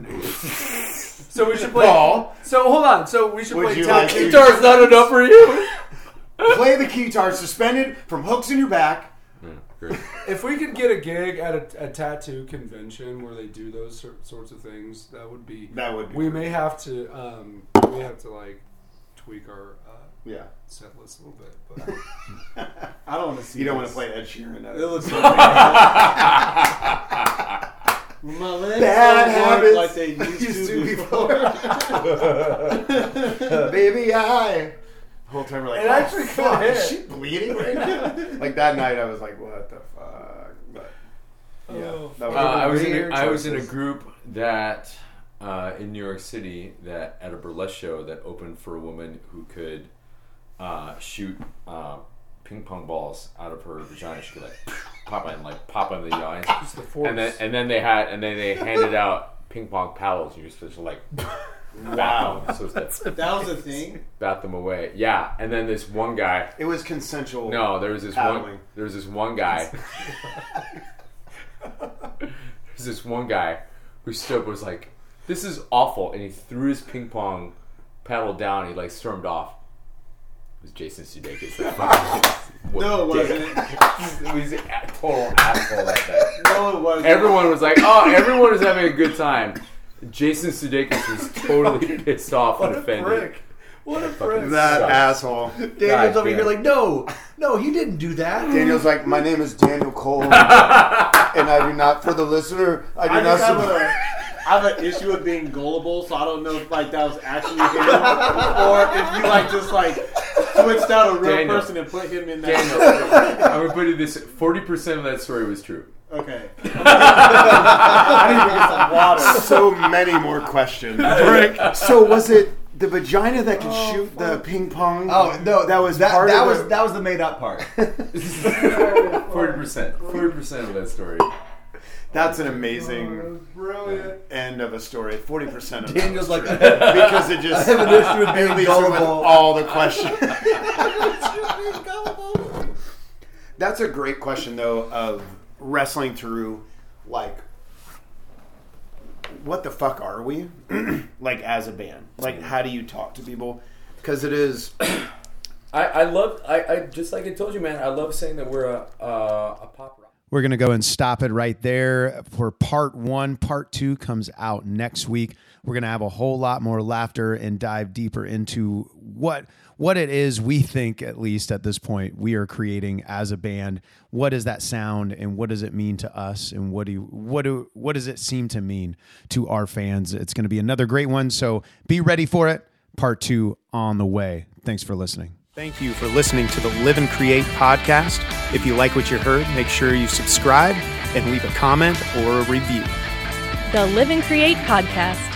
S8: So we should play.
S6: Paul,
S8: So hold on. So we should
S6: Would
S8: play.
S6: you
S8: tag
S6: like
S8: team.
S6: to-
S5: Guitar's not enough for you.
S6: play the guitar suspended from hooks in your back.
S5: Great.
S8: If we could get a gig at a, a tattoo convention where they do those sor- sorts of things, that would be.
S6: That would be
S8: We
S6: great.
S8: may have to. Um, we have to like tweak our uh,
S6: Yeah.
S8: set list a little bit. But
S4: I don't want to see.
S6: You don't want to
S4: this.
S6: play Ed Sheeran. at
S4: It
S6: It
S4: looks so bad. My legs
S6: Bad
S4: don't work
S6: habits
S4: like they used, to before.
S6: baby I. The whole time we're like,
S8: It
S6: oh,
S8: actually could've
S6: fuck, is
S8: hit.
S6: she bleeding right now? like that night, I was like, what the fuck? But yeah,
S8: Oh.
S6: that
S5: Uh,
S6: was
S5: I was in
S6: weird
S5: a, I was in a
S6: choices.
S5: group that uh, in New York City that at a burlesque show that opened for a woman who could uh, shoot uh, ping pong balls out of her vagina. She could like pop them, like pop them in the audience,
S8: it's the force.
S5: and then and then they had and then they handed out ping pong paddles. and You're supposed to like wow, so it's to
S4: That was the thing.
S5: bat them away. Yeah, and then this one guy
S6: It was consensual.
S5: no, there was this one.
S6: Paddling.
S5: There was this one guy. There's this one guy who stood up and was like, "This is awful," and he threw his ping pong paddle down. And he like stormed off. It was Jason Sudeikis. That fucking-
S4: No, it
S5: what a dick.
S4: wasn't.
S5: He was a total asshole like that.
S4: No, Oh, it wasn't.
S5: Everyone was like, "Oh, everyone was having a good time." Jason Sudeikis was totally pissed off and offended.
S7: What a
S5: prick.
S6: that
S5: Sucks.
S6: asshole.
S7: Daniel's
S5: God
S7: over here
S5: damn.
S7: like, no, no, he didn't do that.
S6: Daniel's like, my name is Daniel Cole, and I do not. For the listener, I do
S4: I
S6: not.
S4: just have
S6: support-
S4: a, I have an issue with being gullible, so I don't know if like that was actually him or if you like just like switched out a real
S5: Daniel.
S4: person and put him in that.
S5: Daniel, I'm gonna put it this: forty percent of that story was true.
S4: Okay. I need to get some water.
S6: so many more questions. So was it the vagina that could shoot the ping pong?
S7: Oh no,
S6: that was
S7: that.
S6: part
S7: That
S6: of
S7: was
S6: the-
S7: that was the made up part.
S5: Forty percent. Forty percent of that story.
S6: That's an amazing
S8: brilliant.
S6: end of a story. Forty percent of
S7: Daniel's like,
S6: because it just
S7: I have an issue with being
S6: it leaves you with
S7: gullible.
S6: all the questions. That's a great question though of wrestling through like what the fuck are we like as a band? Like how do you talk to people? Because it is
S5: I, I love. I, I just like I told you, man. I love saying that we're a uh, a pop rock.
S1: We're going to go and stop it right there for part one. Part two comes out next week. We're going to have a whole lot more laughter and dive deeper into what what it is we think at least at this point we are creating as a band. What is that sound and what does it mean to us and what do you, what do what does it seem to mean to our fans? It's going to be another great one, so be ready for it. Part 2 on the way. Thanks for listening.
S2: Thank you for listening to the Live and Create podcast. If you like what you heard, make sure you subscribe and leave a comment or a review.
S3: The Live and Create Podcast.